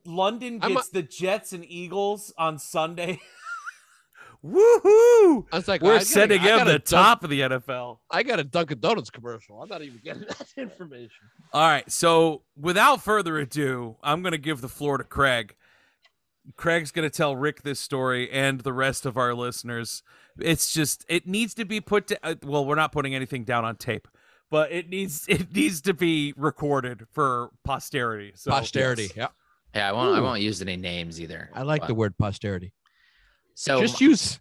[SPEAKER 1] London
[SPEAKER 3] I'm a-
[SPEAKER 1] gets the Jets and Eagles on Sunday. Woohoo!
[SPEAKER 3] I was like, I
[SPEAKER 1] We're
[SPEAKER 3] gotta-
[SPEAKER 1] sending
[SPEAKER 3] I
[SPEAKER 1] him
[SPEAKER 3] gotta
[SPEAKER 1] the
[SPEAKER 3] dunk-
[SPEAKER 1] top of the NFL.
[SPEAKER 3] I got a Dunkin' Donuts commercial. I'm not even getting that information.
[SPEAKER 1] All right. So without further ado, I'm going to give the floor to Craig. Craig's going to tell Rick this story and the rest of our listeners. It's just it needs to be put to uh, well, we're not putting anything down on tape, but it needs it needs to be recorded for posterity. So
[SPEAKER 3] Posterity.
[SPEAKER 1] yes.
[SPEAKER 3] Yeah,
[SPEAKER 4] Yeah, I won't. I
[SPEAKER 3] Ooh.
[SPEAKER 4] won't use any names either.
[SPEAKER 3] I like
[SPEAKER 4] but-
[SPEAKER 3] the word posterity.
[SPEAKER 4] So
[SPEAKER 3] Just use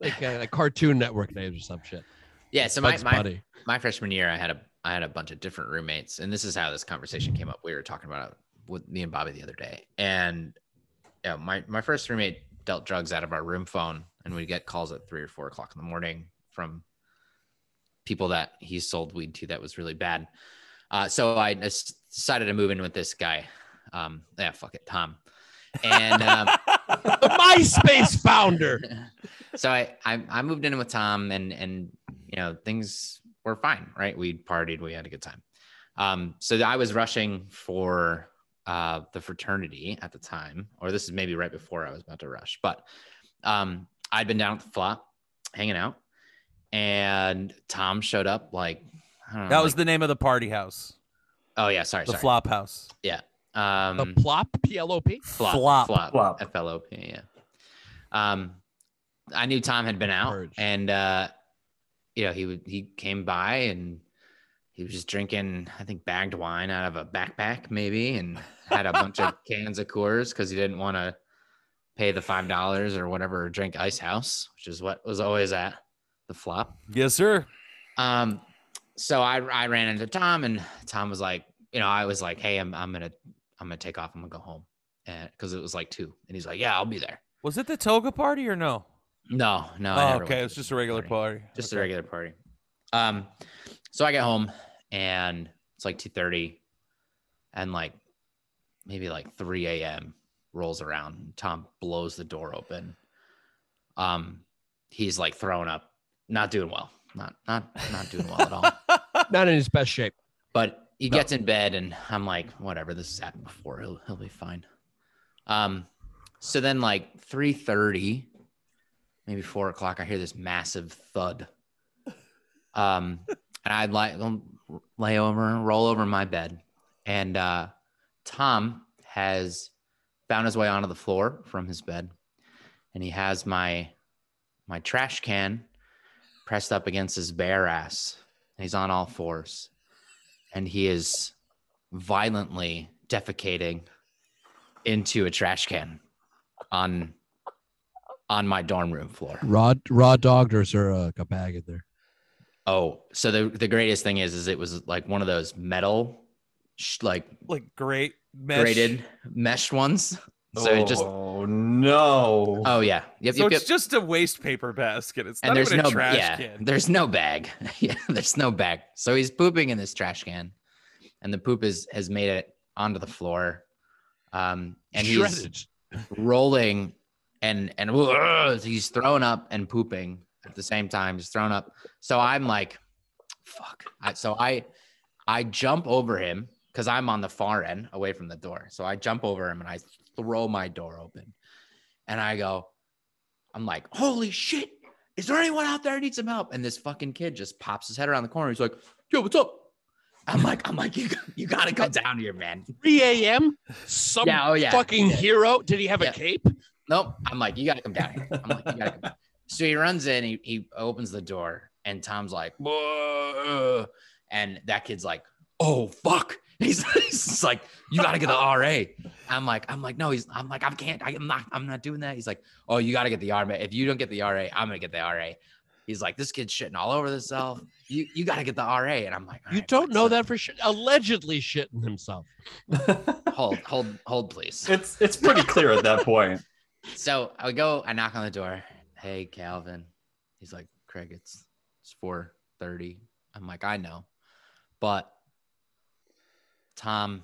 [SPEAKER 3] like a, a Cartoon Network names or some shit.
[SPEAKER 4] yeah. So my,
[SPEAKER 3] Bugs
[SPEAKER 4] my
[SPEAKER 3] Bunny.
[SPEAKER 4] my freshman year, I had a I had a bunch of different roommates, and this is how this conversation came up. We were talking about it with me and Bobby the other day, and yeah, my my first roommate dealt drugs out of our room phone, and we'd get calls at three or four o'clock in the morning from people that he sold weed to that was really bad. Uh, so I just decided to move in with this guy. Um, yeah, fuck it, Tom, and. Um,
[SPEAKER 3] the MySpace founder.
[SPEAKER 4] so I, I I moved in with Tom and and you know things were fine, right? We partied, we had a good time. Um, so I was rushing for uh, the fraternity at the time, or this is maybe right before I was about to rush, but um, I'd been down at the flop hanging out, and Tom showed up like I don't know,
[SPEAKER 1] That was
[SPEAKER 4] like-
[SPEAKER 1] the name of the party house,
[SPEAKER 4] oh yeah sorry
[SPEAKER 1] the
[SPEAKER 4] sorry
[SPEAKER 1] flop house.
[SPEAKER 4] um,
[SPEAKER 3] the plop plop
[SPEAKER 4] flop
[SPEAKER 1] Flop.
[SPEAKER 4] flop
[SPEAKER 2] Flop.
[SPEAKER 4] F L O P yeah. Um, I knew Tom had been out,
[SPEAKER 3] Purge.
[SPEAKER 4] and uh, you know he would he came by and he was just drinking I think bagged wine out of a backpack maybe, and had a bunch of cans of Coors because he didn't want to pay the five dollars or whatever or drink Ice House, which is what was always at the flop.
[SPEAKER 1] Yes, sir.
[SPEAKER 4] Um, so I I ran into Tom and Tom was like, you know, I was like, hey, I'm I'm gonna I'm gonna take off. I'm gonna go home, and because it was like two, and he's like, yeah, I'll be there.
[SPEAKER 1] Was it the toga party or no?
[SPEAKER 4] No, no. I
[SPEAKER 1] Oh,
[SPEAKER 4] never went
[SPEAKER 1] okay,
[SPEAKER 4] to
[SPEAKER 1] it was
[SPEAKER 4] the
[SPEAKER 1] just a regular party.
[SPEAKER 4] Just
[SPEAKER 1] Okay.
[SPEAKER 4] a regular party. Um, so I get home and it's like two thirty, and like maybe like three a.m. rolls around. And Tom blows the door open. Um, he's like throwing up, not doing well, not not not doing well at all.
[SPEAKER 3] not in his best shape
[SPEAKER 4] But he gets in bed, and I'm like, whatever. This has happened before. He'll he'll be fine. Um, so then like three thirty, maybe four o'clock, I hear this massive thud. Um, and I'd like lay over, roll over my bed, and uh, Tom has found his way onto the floor from his bed, and he has my my trash can pressed up against his bare ass. And he's on all fours, and he is violently defecating into a trash can on on my dorm room floor.
[SPEAKER 3] raw raw dog or is there a, a bag in there
[SPEAKER 4] Oh, so the the greatest thing is is it was like one of those metal sh- like
[SPEAKER 1] like great mesh.
[SPEAKER 4] braided meshed ones. So
[SPEAKER 2] oh,
[SPEAKER 4] it just
[SPEAKER 2] no.
[SPEAKER 4] oh yeah. Yep,
[SPEAKER 1] So
[SPEAKER 4] yep, yep.
[SPEAKER 1] it's just a waste paper basket. It's
[SPEAKER 4] and
[SPEAKER 1] not
[SPEAKER 4] there's
[SPEAKER 1] even
[SPEAKER 4] no
[SPEAKER 1] a trash
[SPEAKER 4] yeah,
[SPEAKER 1] can.
[SPEAKER 4] there's no bag. yeah, there's no bag. So he's pooping in this trash can and the poop is has made it onto the floor. Um and he's
[SPEAKER 3] shredded
[SPEAKER 4] rolling and and "Ugh," he's throwing up and pooping at the same time he's throwing up so i'm like fuck I, so i i jump over him because i'm on the far end away from the door so i jump over him and i throw my door open and i go i'm like holy shit is there anyone out there who needs some help and this fucking kid just pops his head around the corner he's like yo what's up i'm like i'm like you, you gotta come down here man
[SPEAKER 3] 3 a.m some
[SPEAKER 4] yeah oh yeah
[SPEAKER 3] fucking hero did he have
[SPEAKER 4] Yeah.
[SPEAKER 3] a cape
[SPEAKER 4] nope. I'm like, you gotta come down here. I'm like, you gotta come down. So he runs in, he, he opens the door, and Tom's like, "Whoa." and that kid's like, oh fuck. He's, he's just like, you gotta get the RA. I'm like, I'm like, no, he's I'm like, I can't, I, am not, I'm not doing that. He's like, oh, you gotta get the RA. If you don't get the RA, I'm gonna get the RA. He's like, this kid's shitting all over himself. You you gotta get the RA. And I'm like, "All
[SPEAKER 3] you
[SPEAKER 4] right,
[SPEAKER 3] don't
[SPEAKER 4] fine."
[SPEAKER 3] know
[SPEAKER 4] So
[SPEAKER 3] that for sure allegedly shitting himself
[SPEAKER 4] Hold, hold, hold, please.
[SPEAKER 2] It's it's pretty clear at that point.
[SPEAKER 4] So I would go, I knock on the door. Hey, Calvin. He's like, Craig, it's it's four thirty. I'm like, I know, but Tom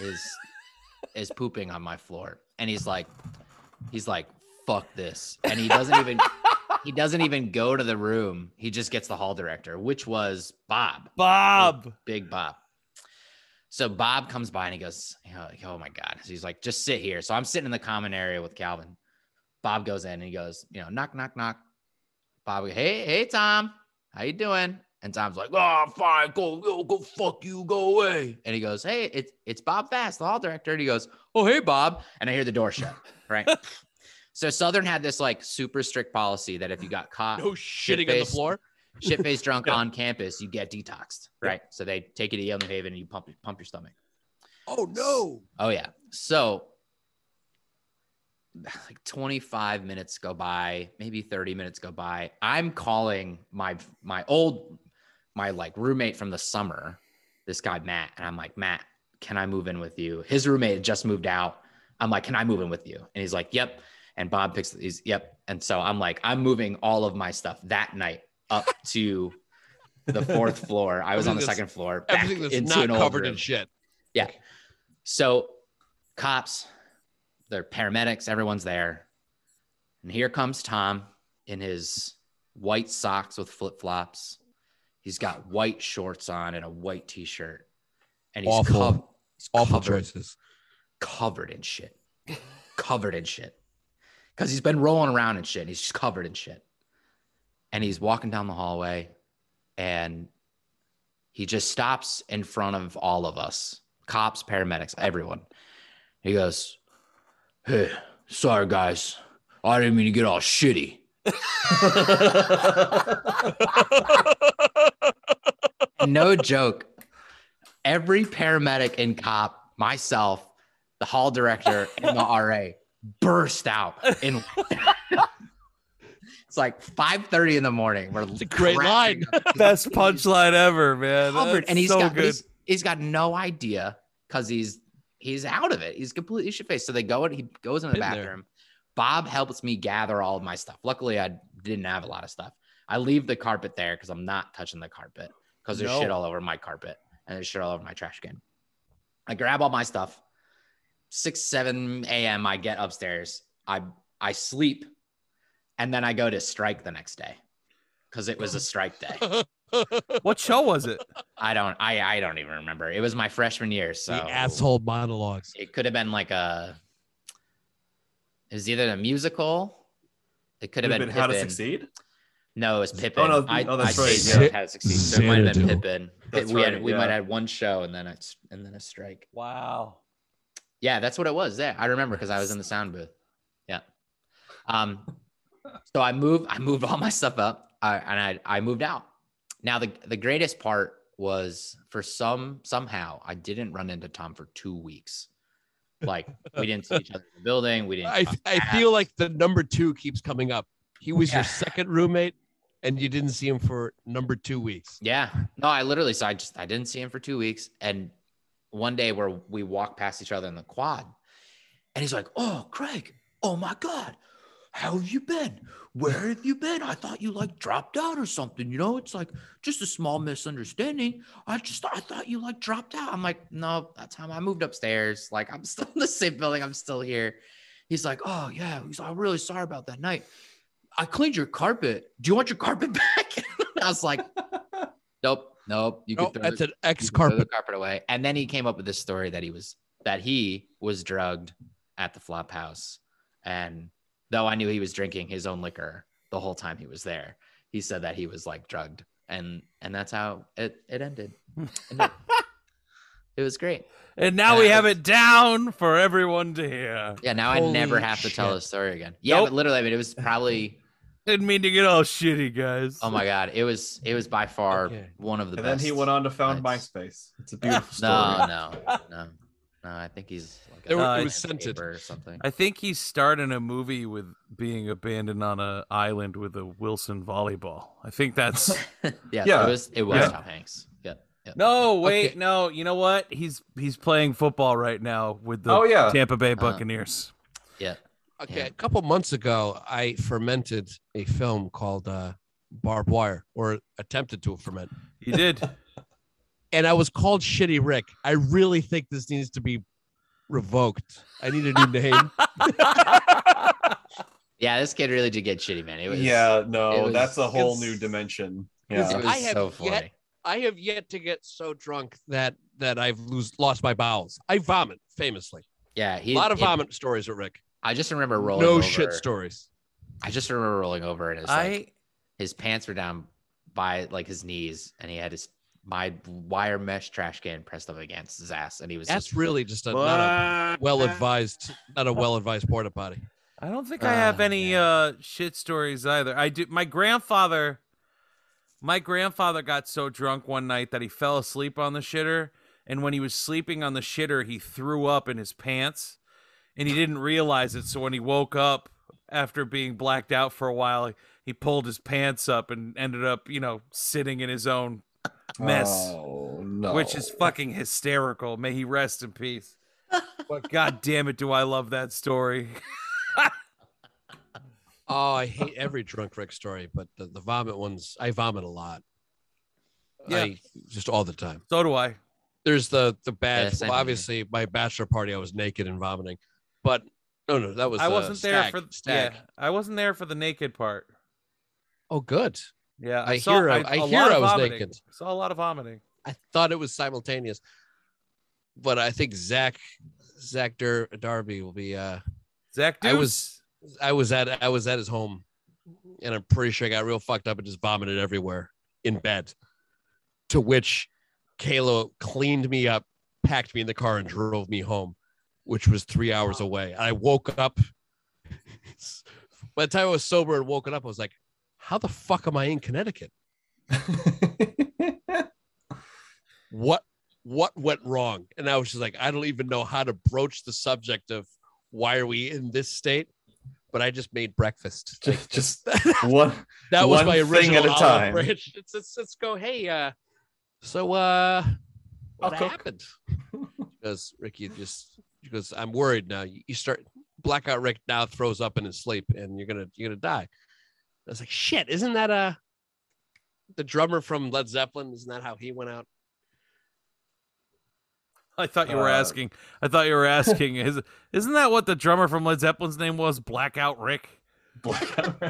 [SPEAKER 4] is is pooping on my floor, and he's like, he's like, fuck this, and he doesn't even he doesn't even go to the room. He just gets the hall director, which was Bob.
[SPEAKER 1] Bob.
[SPEAKER 4] Big Bob. So Bob comes by and he goes, you know, like, "Oh my god!" So he's like, "Just sit here." So I'm sitting in the common area with Calvin. Bob goes in and he goes, "You know, knock, knock, knock." Bob, hey, hey, Tom, how you doing? And Tom's like, "Oh, fine, go, go, go, fuck you, go away." And he goes, "Hey, it's it's Bob Fast, the hall director." And he goes, "Oh, hey, Bob," and I hear the door shut. Right. so Southern had this like super strict policy that if you got caught,
[SPEAKER 3] no shitting on the
[SPEAKER 4] Uh, face.
[SPEAKER 3] floor
[SPEAKER 4] shit faced drunk
[SPEAKER 2] Yeah.
[SPEAKER 4] on campus, you get detoxed, right? So they take you to Yale New Haven and you pump pump your stomach.
[SPEAKER 3] oh no
[SPEAKER 4] Oh yeah. So like 25 minutes go by, maybe 30 minutes go by. I'm calling my my old my like roommate from the summer, this guy Matt, and I'm like, "Matt, can I move in with you?" His roommate had just moved out. I'm like, "Can I move in with you?" And he's like, "Yep." And Bob picks he's yep. And so I'm like, I'm moving all of my stuff that night up to the fourth floor. I was on the
[SPEAKER 3] Everything that's-
[SPEAKER 4] second floor. back
[SPEAKER 3] everything that's
[SPEAKER 4] into
[SPEAKER 3] not
[SPEAKER 4] an old
[SPEAKER 3] covered
[SPEAKER 4] room.
[SPEAKER 3] in shit
[SPEAKER 4] So, cops, they're paramedics, everyone's there. And here comes Tom in his white socks with flip flops. He's got white shorts on and a white t shirt. And he's,
[SPEAKER 3] Awful.
[SPEAKER 4] cov- he's
[SPEAKER 3] awful
[SPEAKER 4] covered.
[SPEAKER 3] choices
[SPEAKER 4] covered in shit, covered in shit, because he's been rolling around in shit. and He's just covered in shit, and he's walking down the hallway, and he just stops in front of all of us, cops, paramedics, everyone. He goes, "Hey, sorry guys, I didn't mean to get all shitty." no joke. Every paramedic and cop, myself, the hall director, and the RA burst out. In- it's like 5:30 in the morning. We're
[SPEAKER 3] a great line.
[SPEAKER 1] Best punchline ever, man.
[SPEAKER 4] covered,
[SPEAKER 1] That's
[SPEAKER 4] and he's
[SPEAKER 1] so
[SPEAKER 4] got but
[SPEAKER 1] good.
[SPEAKER 4] he's, he's got no idea because he's he's out of it. He's completely shit faced. So they go and he goes in the
[SPEAKER 3] Been there.
[SPEAKER 4] bathroom. Bob helps me gather all of my stuff. Luckily, I didn't have a lot of stuff. I leave the carpet there because I'm not touching the carpet because there's
[SPEAKER 1] No.
[SPEAKER 4] shit all over my carpet and there's shit all over my trash can. I grab all my stuff. Six seven a.m. I get upstairs. I I sleep, and then I go to strike the next day because it was a strike day.
[SPEAKER 1] what show was it?
[SPEAKER 4] I don't I I don't even remember. It was my freshman year, so
[SPEAKER 3] The asshole monologues.
[SPEAKER 4] It could have been like a it was either a musical. It could have
[SPEAKER 2] been
[SPEAKER 4] been,
[SPEAKER 2] how to
[SPEAKER 4] Pippin.
[SPEAKER 2] succeed.
[SPEAKER 4] No, it was Pippin.
[SPEAKER 2] no,
[SPEAKER 4] I,
[SPEAKER 2] oh, that's
[SPEAKER 4] I
[SPEAKER 2] right,
[SPEAKER 4] stayed
[SPEAKER 3] yeah.
[SPEAKER 4] How to succeed. So it might have been
[SPEAKER 3] Xanadu.
[SPEAKER 4] Pippin.
[SPEAKER 2] That's
[SPEAKER 4] we had
[SPEAKER 2] right,
[SPEAKER 4] we
[SPEAKER 2] yeah.
[SPEAKER 4] might have one show and then it's and then a strike.
[SPEAKER 1] Wow.
[SPEAKER 4] Yeah, that's what it was. Yeah, I remember because I was in the sound booth. Yeah. Um, so I moved. I moved all my stuff up, I, and I I moved out. Now the the greatest part was for some somehow I didn't run into Tom for two weeks. Like we didn't see each other in the building. We didn't.
[SPEAKER 3] I,
[SPEAKER 4] talk
[SPEAKER 3] I
[SPEAKER 4] back.
[SPEAKER 3] feel like the number two keeps coming up. He was
[SPEAKER 4] Yeah.
[SPEAKER 3] your second roommate, and you didn't see him for number two weeks.
[SPEAKER 4] Yeah. No, I literally. So I just I didn't see him for two weeks, and one day where we walked past each other in the quad, and he's like, "Oh, Craig. Oh my God." How have you been? Where have you been? I thought you like dropped out or something. You know, it's like just a small misunderstanding. I just I thought you like dropped out. I'm like, no, that time I moved upstairs. Like I'm still in the same building. I'm still here. He's like, oh yeah. He's like, I'm really sorry about that night. I cleaned your carpet. Do you want your carpet back? I was like, nope, nope. You
[SPEAKER 3] Oh,
[SPEAKER 4] can throw
[SPEAKER 3] that's
[SPEAKER 4] the,
[SPEAKER 3] an ex
[SPEAKER 4] you can throw the
[SPEAKER 3] carpet.
[SPEAKER 4] carpet away. And then he came up with this story that he was that he was drugged at the flop house. And though I knew he was drinking his own liquor the whole time he was there, he said that he was like drugged. And and that's how it, it ended. And it, it was great.
[SPEAKER 1] And now
[SPEAKER 4] And
[SPEAKER 1] we
[SPEAKER 4] I
[SPEAKER 1] have
[SPEAKER 4] was-
[SPEAKER 1] it down for everyone to hear.
[SPEAKER 4] Yeah, now I
[SPEAKER 3] Holy
[SPEAKER 4] never have to tell
[SPEAKER 3] shit.
[SPEAKER 4] the story again. Yeah,
[SPEAKER 1] Nope.
[SPEAKER 4] but literally, I mean, it was probably
[SPEAKER 1] Didn't mean to get all shitty, guys.
[SPEAKER 4] oh my god, it was it was by far
[SPEAKER 3] Okay.
[SPEAKER 4] one of the
[SPEAKER 2] And then
[SPEAKER 4] best.
[SPEAKER 2] he went on to found
[SPEAKER 4] Nice.
[SPEAKER 2] MySpace. It's a beautiful story.
[SPEAKER 4] No, no, no, no. I think he's like
[SPEAKER 3] There
[SPEAKER 4] a
[SPEAKER 1] were- it
[SPEAKER 3] was scented.
[SPEAKER 4] landscaper or something.
[SPEAKER 1] I think he's starting a movie with being abandoned on a island with a Wilson volleyball. I think that's
[SPEAKER 4] yeah,
[SPEAKER 2] Yeah.
[SPEAKER 4] it was it was
[SPEAKER 2] Yeah.
[SPEAKER 4] Tom Hanks. Yeah, yeah.
[SPEAKER 1] no. Wait,
[SPEAKER 3] Okay.
[SPEAKER 1] no. You know what? He's he's playing football right now with the
[SPEAKER 2] Oh yeah.
[SPEAKER 1] Tampa
[SPEAKER 4] Uh-huh.
[SPEAKER 1] Bay Buccaneers.
[SPEAKER 3] Okay,
[SPEAKER 4] Yeah.
[SPEAKER 3] a couple months ago, I fermented a film called uh, Barbed Wire, or attempted to ferment,
[SPEAKER 1] he did.
[SPEAKER 3] and I was called Shitty Rick. I really think this needs to be revoked. I need a new name.
[SPEAKER 4] yeah. This kid really did get shitty, man. It was
[SPEAKER 2] yeah, no,
[SPEAKER 4] it was-
[SPEAKER 2] that's a whole
[SPEAKER 3] it's-
[SPEAKER 2] new dimension.
[SPEAKER 4] it was
[SPEAKER 2] Yeah.
[SPEAKER 3] I have
[SPEAKER 4] so
[SPEAKER 3] yet-
[SPEAKER 4] funny.
[SPEAKER 3] I have yet to get so drunk that that I've lose, lost my bowels. I vomit famously.
[SPEAKER 4] Yeah, he,
[SPEAKER 3] A lot of
[SPEAKER 4] he-
[SPEAKER 3] vomit stories with Rick.
[SPEAKER 4] I just remember rolling.
[SPEAKER 3] No
[SPEAKER 4] over.
[SPEAKER 3] shit stories.
[SPEAKER 4] I just remember rolling over and it's like
[SPEAKER 1] I
[SPEAKER 4] his pants were down by like his knees, and he had his my wire mesh trash can pressed up against his ass, and he was
[SPEAKER 3] That's
[SPEAKER 4] just
[SPEAKER 3] really just a, not a well advised, not a well advised porta potty.
[SPEAKER 1] I don't think I have
[SPEAKER 4] Ah,
[SPEAKER 1] any
[SPEAKER 4] yeah.
[SPEAKER 1] uh shit stories either. I do my grandfather my grandfather got so drunk one night that he fell asleep on the shitter and when he was sleeping on the shitter he threw up in his pants and he didn't realize it so when he woke up after being blacked out for a while he pulled his pants up and ended up, you know, sitting in his own mess,
[SPEAKER 2] Oh no.
[SPEAKER 1] which is fucking hysterical. May he rest in peace. but god damn it do I love that story.
[SPEAKER 3] Oh, I hate every drunk Rick story, but the, the vomit ones, I vomit a lot.
[SPEAKER 1] Yeah.
[SPEAKER 3] I just all the time.
[SPEAKER 1] So do I.
[SPEAKER 3] There's the the badge.
[SPEAKER 4] Yes, I
[SPEAKER 3] well,
[SPEAKER 4] know.
[SPEAKER 3] obviously, my bachelor party, I was naked and vomiting, but no, no, that was
[SPEAKER 1] I
[SPEAKER 3] uh,
[SPEAKER 1] wasn't there
[SPEAKER 3] stag,
[SPEAKER 1] for th-
[SPEAKER 3] stag.
[SPEAKER 1] yeah. I wasn't there for the naked part.
[SPEAKER 3] Oh, good.
[SPEAKER 1] Yeah,
[SPEAKER 3] I hear I- I
[SPEAKER 1] a
[SPEAKER 3] hear
[SPEAKER 1] lot
[SPEAKER 3] I
[SPEAKER 1] of
[SPEAKER 3] was
[SPEAKER 1] vomiting.
[SPEAKER 3] naked.
[SPEAKER 1] I saw a lot of vomiting.
[SPEAKER 3] I thought it was simultaneous, but I think Zach Zach Dur- Darby will be. Uh,
[SPEAKER 1] Zach,
[SPEAKER 3] I
[SPEAKER 1] Deuce?
[SPEAKER 3] was I was at I was at his home, and I'm pretty sure I got real fucked up and just vomited everywhere in bed. To which Kayla cleaned me up, packed me in the car, and drove me home, which was three hours away. I woke up. By the time I was sober and woken up, I was like, "How the fuck am I in Connecticut? What what went wrong?" And I was just like, "I don't even know how to broach the subject of why are we in this state." But I just made breakfast. Like,
[SPEAKER 2] just, just one.
[SPEAKER 3] that was
[SPEAKER 2] One
[SPEAKER 3] my
[SPEAKER 2] thing
[SPEAKER 3] original
[SPEAKER 2] at a
[SPEAKER 3] olive
[SPEAKER 2] time.
[SPEAKER 3] branch. It's, it's, let's go. Hey, uh, so uh, what
[SPEAKER 2] I'll cook.
[SPEAKER 3] happened? Because Ricky just because I'm worried now. You, you start blackout. Rick now throws up in his sleep, and you're gonna you're gonna die. I was like, shit, isn't that uh the drummer from Led Zeppelin? Isn't that how he went out?
[SPEAKER 1] I thought you were
[SPEAKER 2] Uh,
[SPEAKER 1] asking. I thought you were asking. Is isn't that what the drummer from Led Zeppelin's name was? Blackout Rick.
[SPEAKER 2] Blackout.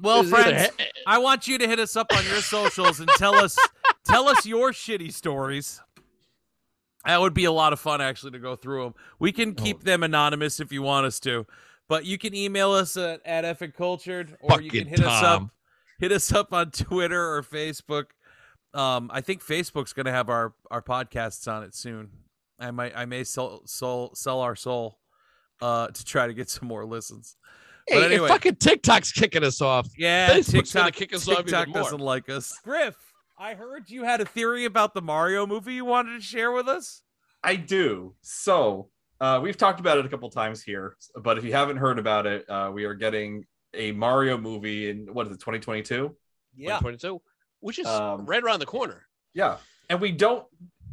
[SPEAKER 1] Well,
[SPEAKER 3] It was either
[SPEAKER 1] friends,
[SPEAKER 3] he-
[SPEAKER 1] I want you to hit us up on your socials and tell us tell us your shitty stories. That would be a lot of fun actually to go through them. We can
[SPEAKER 3] Oh.
[SPEAKER 1] keep them anonymous if you want us to, but you can email us at, at effincultured or you can
[SPEAKER 3] Fucking
[SPEAKER 1] hit us up
[SPEAKER 3] Tom.
[SPEAKER 1] hit us up on Twitter or Facebook. Um, I think Facebook's going to have our our podcasts on it soon. I might I may sell sell, sell our soul uh, to try to get some more listens.
[SPEAKER 3] Hey,
[SPEAKER 1] But anyway.
[SPEAKER 3] fucking TikTok's kicking us off.
[SPEAKER 1] Yeah,
[SPEAKER 3] Facebook's gonna
[SPEAKER 1] TikTok,
[SPEAKER 3] kick us off
[SPEAKER 1] TikTok
[SPEAKER 3] even more.
[SPEAKER 1] doesn't like us. Griff, I heard you had a theory about the Mario movie you wanted to share with us.
[SPEAKER 2] I do. So uh, we've talked about it a couple times here, but if you haven't heard about it, uh, we are getting a Mario movie in what is it, 2022?
[SPEAKER 3] 2022, which is
[SPEAKER 2] Um,
[SPEAKER 3] right around the corner.
[SPEAKER 2] Yeah, and we don't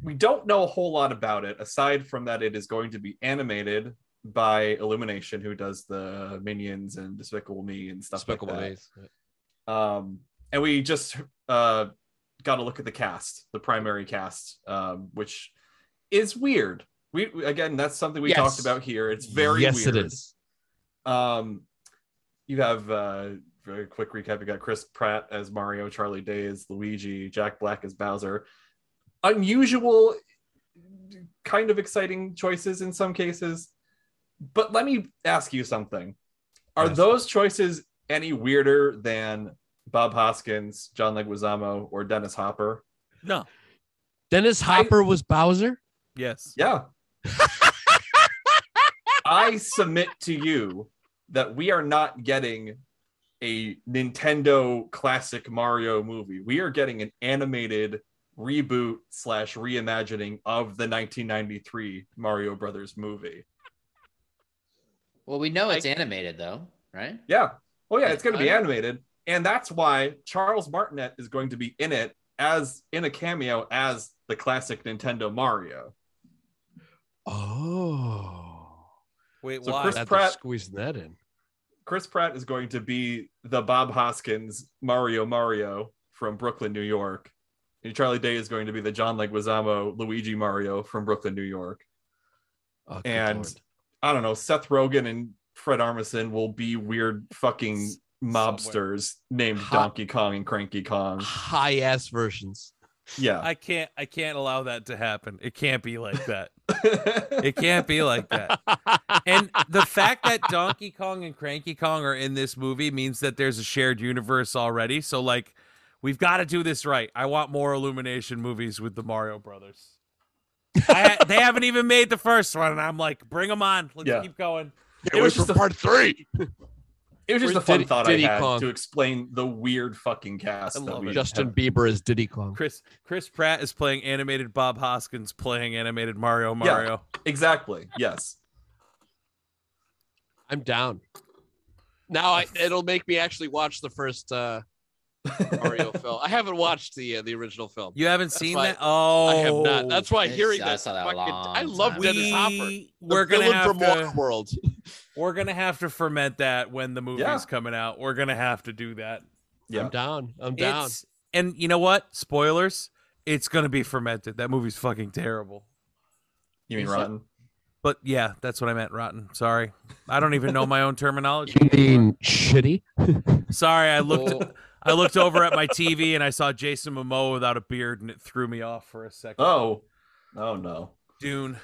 [SPEAKER 2] we don't know a whole lot about it aside from that it is going to be animated by Illumination, who does the Minions and Despicable Me and stuff
[SPEAKER 3] Despicable
[SPEAKER 2] like that.
[SPEAKER 3] Me.
[SPEAKER 2] um and we just uh got to look at the cast the primary cast um which is weird we we- again that's something we
[SPEAKER 3] Yes.
[SPEAKER 2] talked about here it's very
[SPEAKER 3] yes,
[SPEAKER 2] weird
[SPEAKER 3] it is.
[SPEAKER 2] um you have uh very quick recap you got chris pratt as mario charlie day as luigi jack black as bowser unusual kind of exciting choices in some cases but let me ask you something are
[SPEAKER 3] Yes.
[SPEAKER 2] those choices any weirder than bob hoskins john leguizamo or dennis hopper
[SPEAKER 1] No.
[SPEAKER 3] Dennis Hopper was Bowser.
[SPEAKER 1] Yes.
[SPEAKER 2] yeah i submit to you that we are not getting a Nintendo classic Mario movie. We are getting an animated reboot slash reimagining of the 1993 Mario Brothers movie.
[SPEAKER 4] Well, we know it's
[SPEAKER 3] I-
[SPEAKER 4] animated though, right?
[SPEAKER 2] Yeah. Oh yeah, it's going to be
[SPEAKER 4] I-
[SPEAKER 2] animated, and that's why Charles Martinet is going to be in it as in a cameo as the classic Nintendo Mario.
[SPEAKER 3] Oh,
[SPEAKER 1] Wait,
[SPEAKER 2] So
[SPEAKER 1] why?
[SPEAKER 2] Chris-
[SPEAKER 3] that's
[SPEAKER 2] Pratt-
[SPEAKER 3] squeezing that in.
[SPEAKER 2] Chris Pratt is going to be the Bob Hoskins Mario Mario from Brooklyn, New York. And Charlie Day is going to be the John Leguizamo Luigi Mario from Brooklyn, New York.
[SPEAKER 3] Oh, good
[SPEAKER 2] And-
[SPEAKER 3] lord.
[SPEAKER 2] I don't know, Seth Rogen and Fred Armisen will be weird fucking mobsters named
[SPEAKER 3] Hot-
[SPEAKER 2] Donkey Kong and Cranky Kong.
[SPEAKER 3] high ass versions.
[SPEAKER 2] Yeah.
[SPEAKER 1] I can't I can't allow that to happen. It can't be like that. It can't be like that. And the fact that Donkey Kong and Cranky Kong are in this movie means that there's a shared universe already. So like we've got to do this right. I want more Illumination movies with the Mario Brothers. I, they haven't even made the first one and I'm like, "Bring them on. Let's
[SPEAKER 2] Yeah.
[SPEAKER 1] keep going."
[SPEAKER 3] it was just
[SPEAKER 2] the,
[SPEAKER 3] part three.
[SPEAKER 2] it was just a
[SPEAKER 3] Where's
[SPEAKER 2] fun
[SPEAKER 3] Diddy-
[SPEAKER 2] thought
[SPEAKER 3] Diddy
[SPEAKER 2] I had
[SPEAKER 3] Kong?
[SPEAKER 2] to explain the weird fucking cast.
[SPEAKER 1] I
[SPEAKER 2] that
[SPEAKER 1] love
[SPEAKER 2] we
[SPEAKER 1] it.
[SPEAKER 3] Justin
[SPEAKER 2] have.
[SPEAKER 3] Bieber is Diddy Kong.
[SPEAKER 1] Chris Chris Pratt is playing animated Bob Hoskins playing animated Mario Mario.
[SPEAKER 2] Exactly. Yes.
[SPEAKER 3] I'm down. Now I, it'll make me actually watch the first uh, Mario film. I haven't watched the uh, the original film.
[SPEAKER 1] You haven't seen
[SPEAKER 3] why
[SPEAKER 1] that? Oh,
[SPEAKER 3] I have not. That's why
[SPEAKER 4] It's-
[SPEAKER 3] hearing
[SPEAKER 4] I
[SPEAKER 3] that,
[SPEAKER 4] saw that
[SPEAKER 3] fucking,
[SPEAKER 4] long
[SPEAKER 3] I love
[SPEAKER 4] time.
[SPEAKER 3] Dennis Hopper. The
[SPEAKER 1] we, we're gonna
[SPEAKER 3] villain
[SPEAKER 1] have
[SPEAKER 3] from
[SPEAKER 1] to,
[SPEAKER 3] Waterworld.
[SPEAKER 1] we're gonna have to ferment that when the movie's
[SPEAKER 2] Yeah.
[SPEAKER 1] coming out. We're gonna have to do that.
[SPEAKER 2] Yeah.
[SPEAKER 3] I'm down. I'm down.
[SPEAKER 1] It's and you know what? Spoilers. It's gonna be fermented. That movie's fucking terrible.
[SPEAKER 2] You mean
[SPEAKER 4] Is it-
[SPEAKER 2] rotten?
[SPEAKER 1] But yeah, that's what I meant. Rotten. Sorry, I don't even know my own terminology.
[SPEAKER 3] shitty?
[SPEAKER 1] Sorry, I looked.
[SPEAKER 4] Well,
[SPEAKER 1] I looked over at my TV and I saw Jason Momoa without a beard, and it threw me off for a second.
[SPEAKER 2] Oh. Oh no.
[SPEAKER 1] Dune.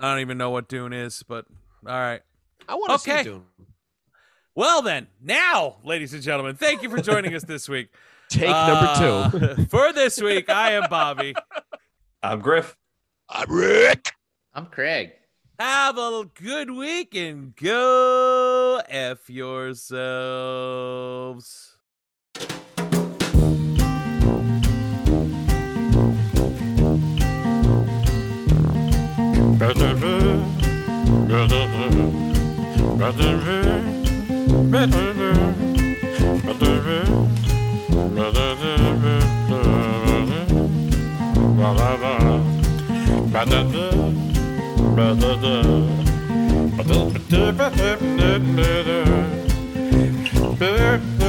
[SPEAKER 1] I don't even know what Dune is, but all right.
[SPEAKER 3] I want to
[SPEAKER 1] Okay.
[SPEAKER 3] see Dune.
[SPEAKER 1] Well then, now, ladies and gentlemen, thank you for joining us this week.
[SPEAKER 3] Take
[SPEAKER 1] Uh,
[SPEAKER 3] number two.
[SPEAKER 1] for this week, I am Bobby.
[SPEAKER 2] I'm Griff.
[SPEAKER 3] I'm Rick.
[SPEAKER 4] I'm Craig.
[SPEAKER 1] Have a good week and go F yourselves.
[SPEAKER 5] Ba-da-da.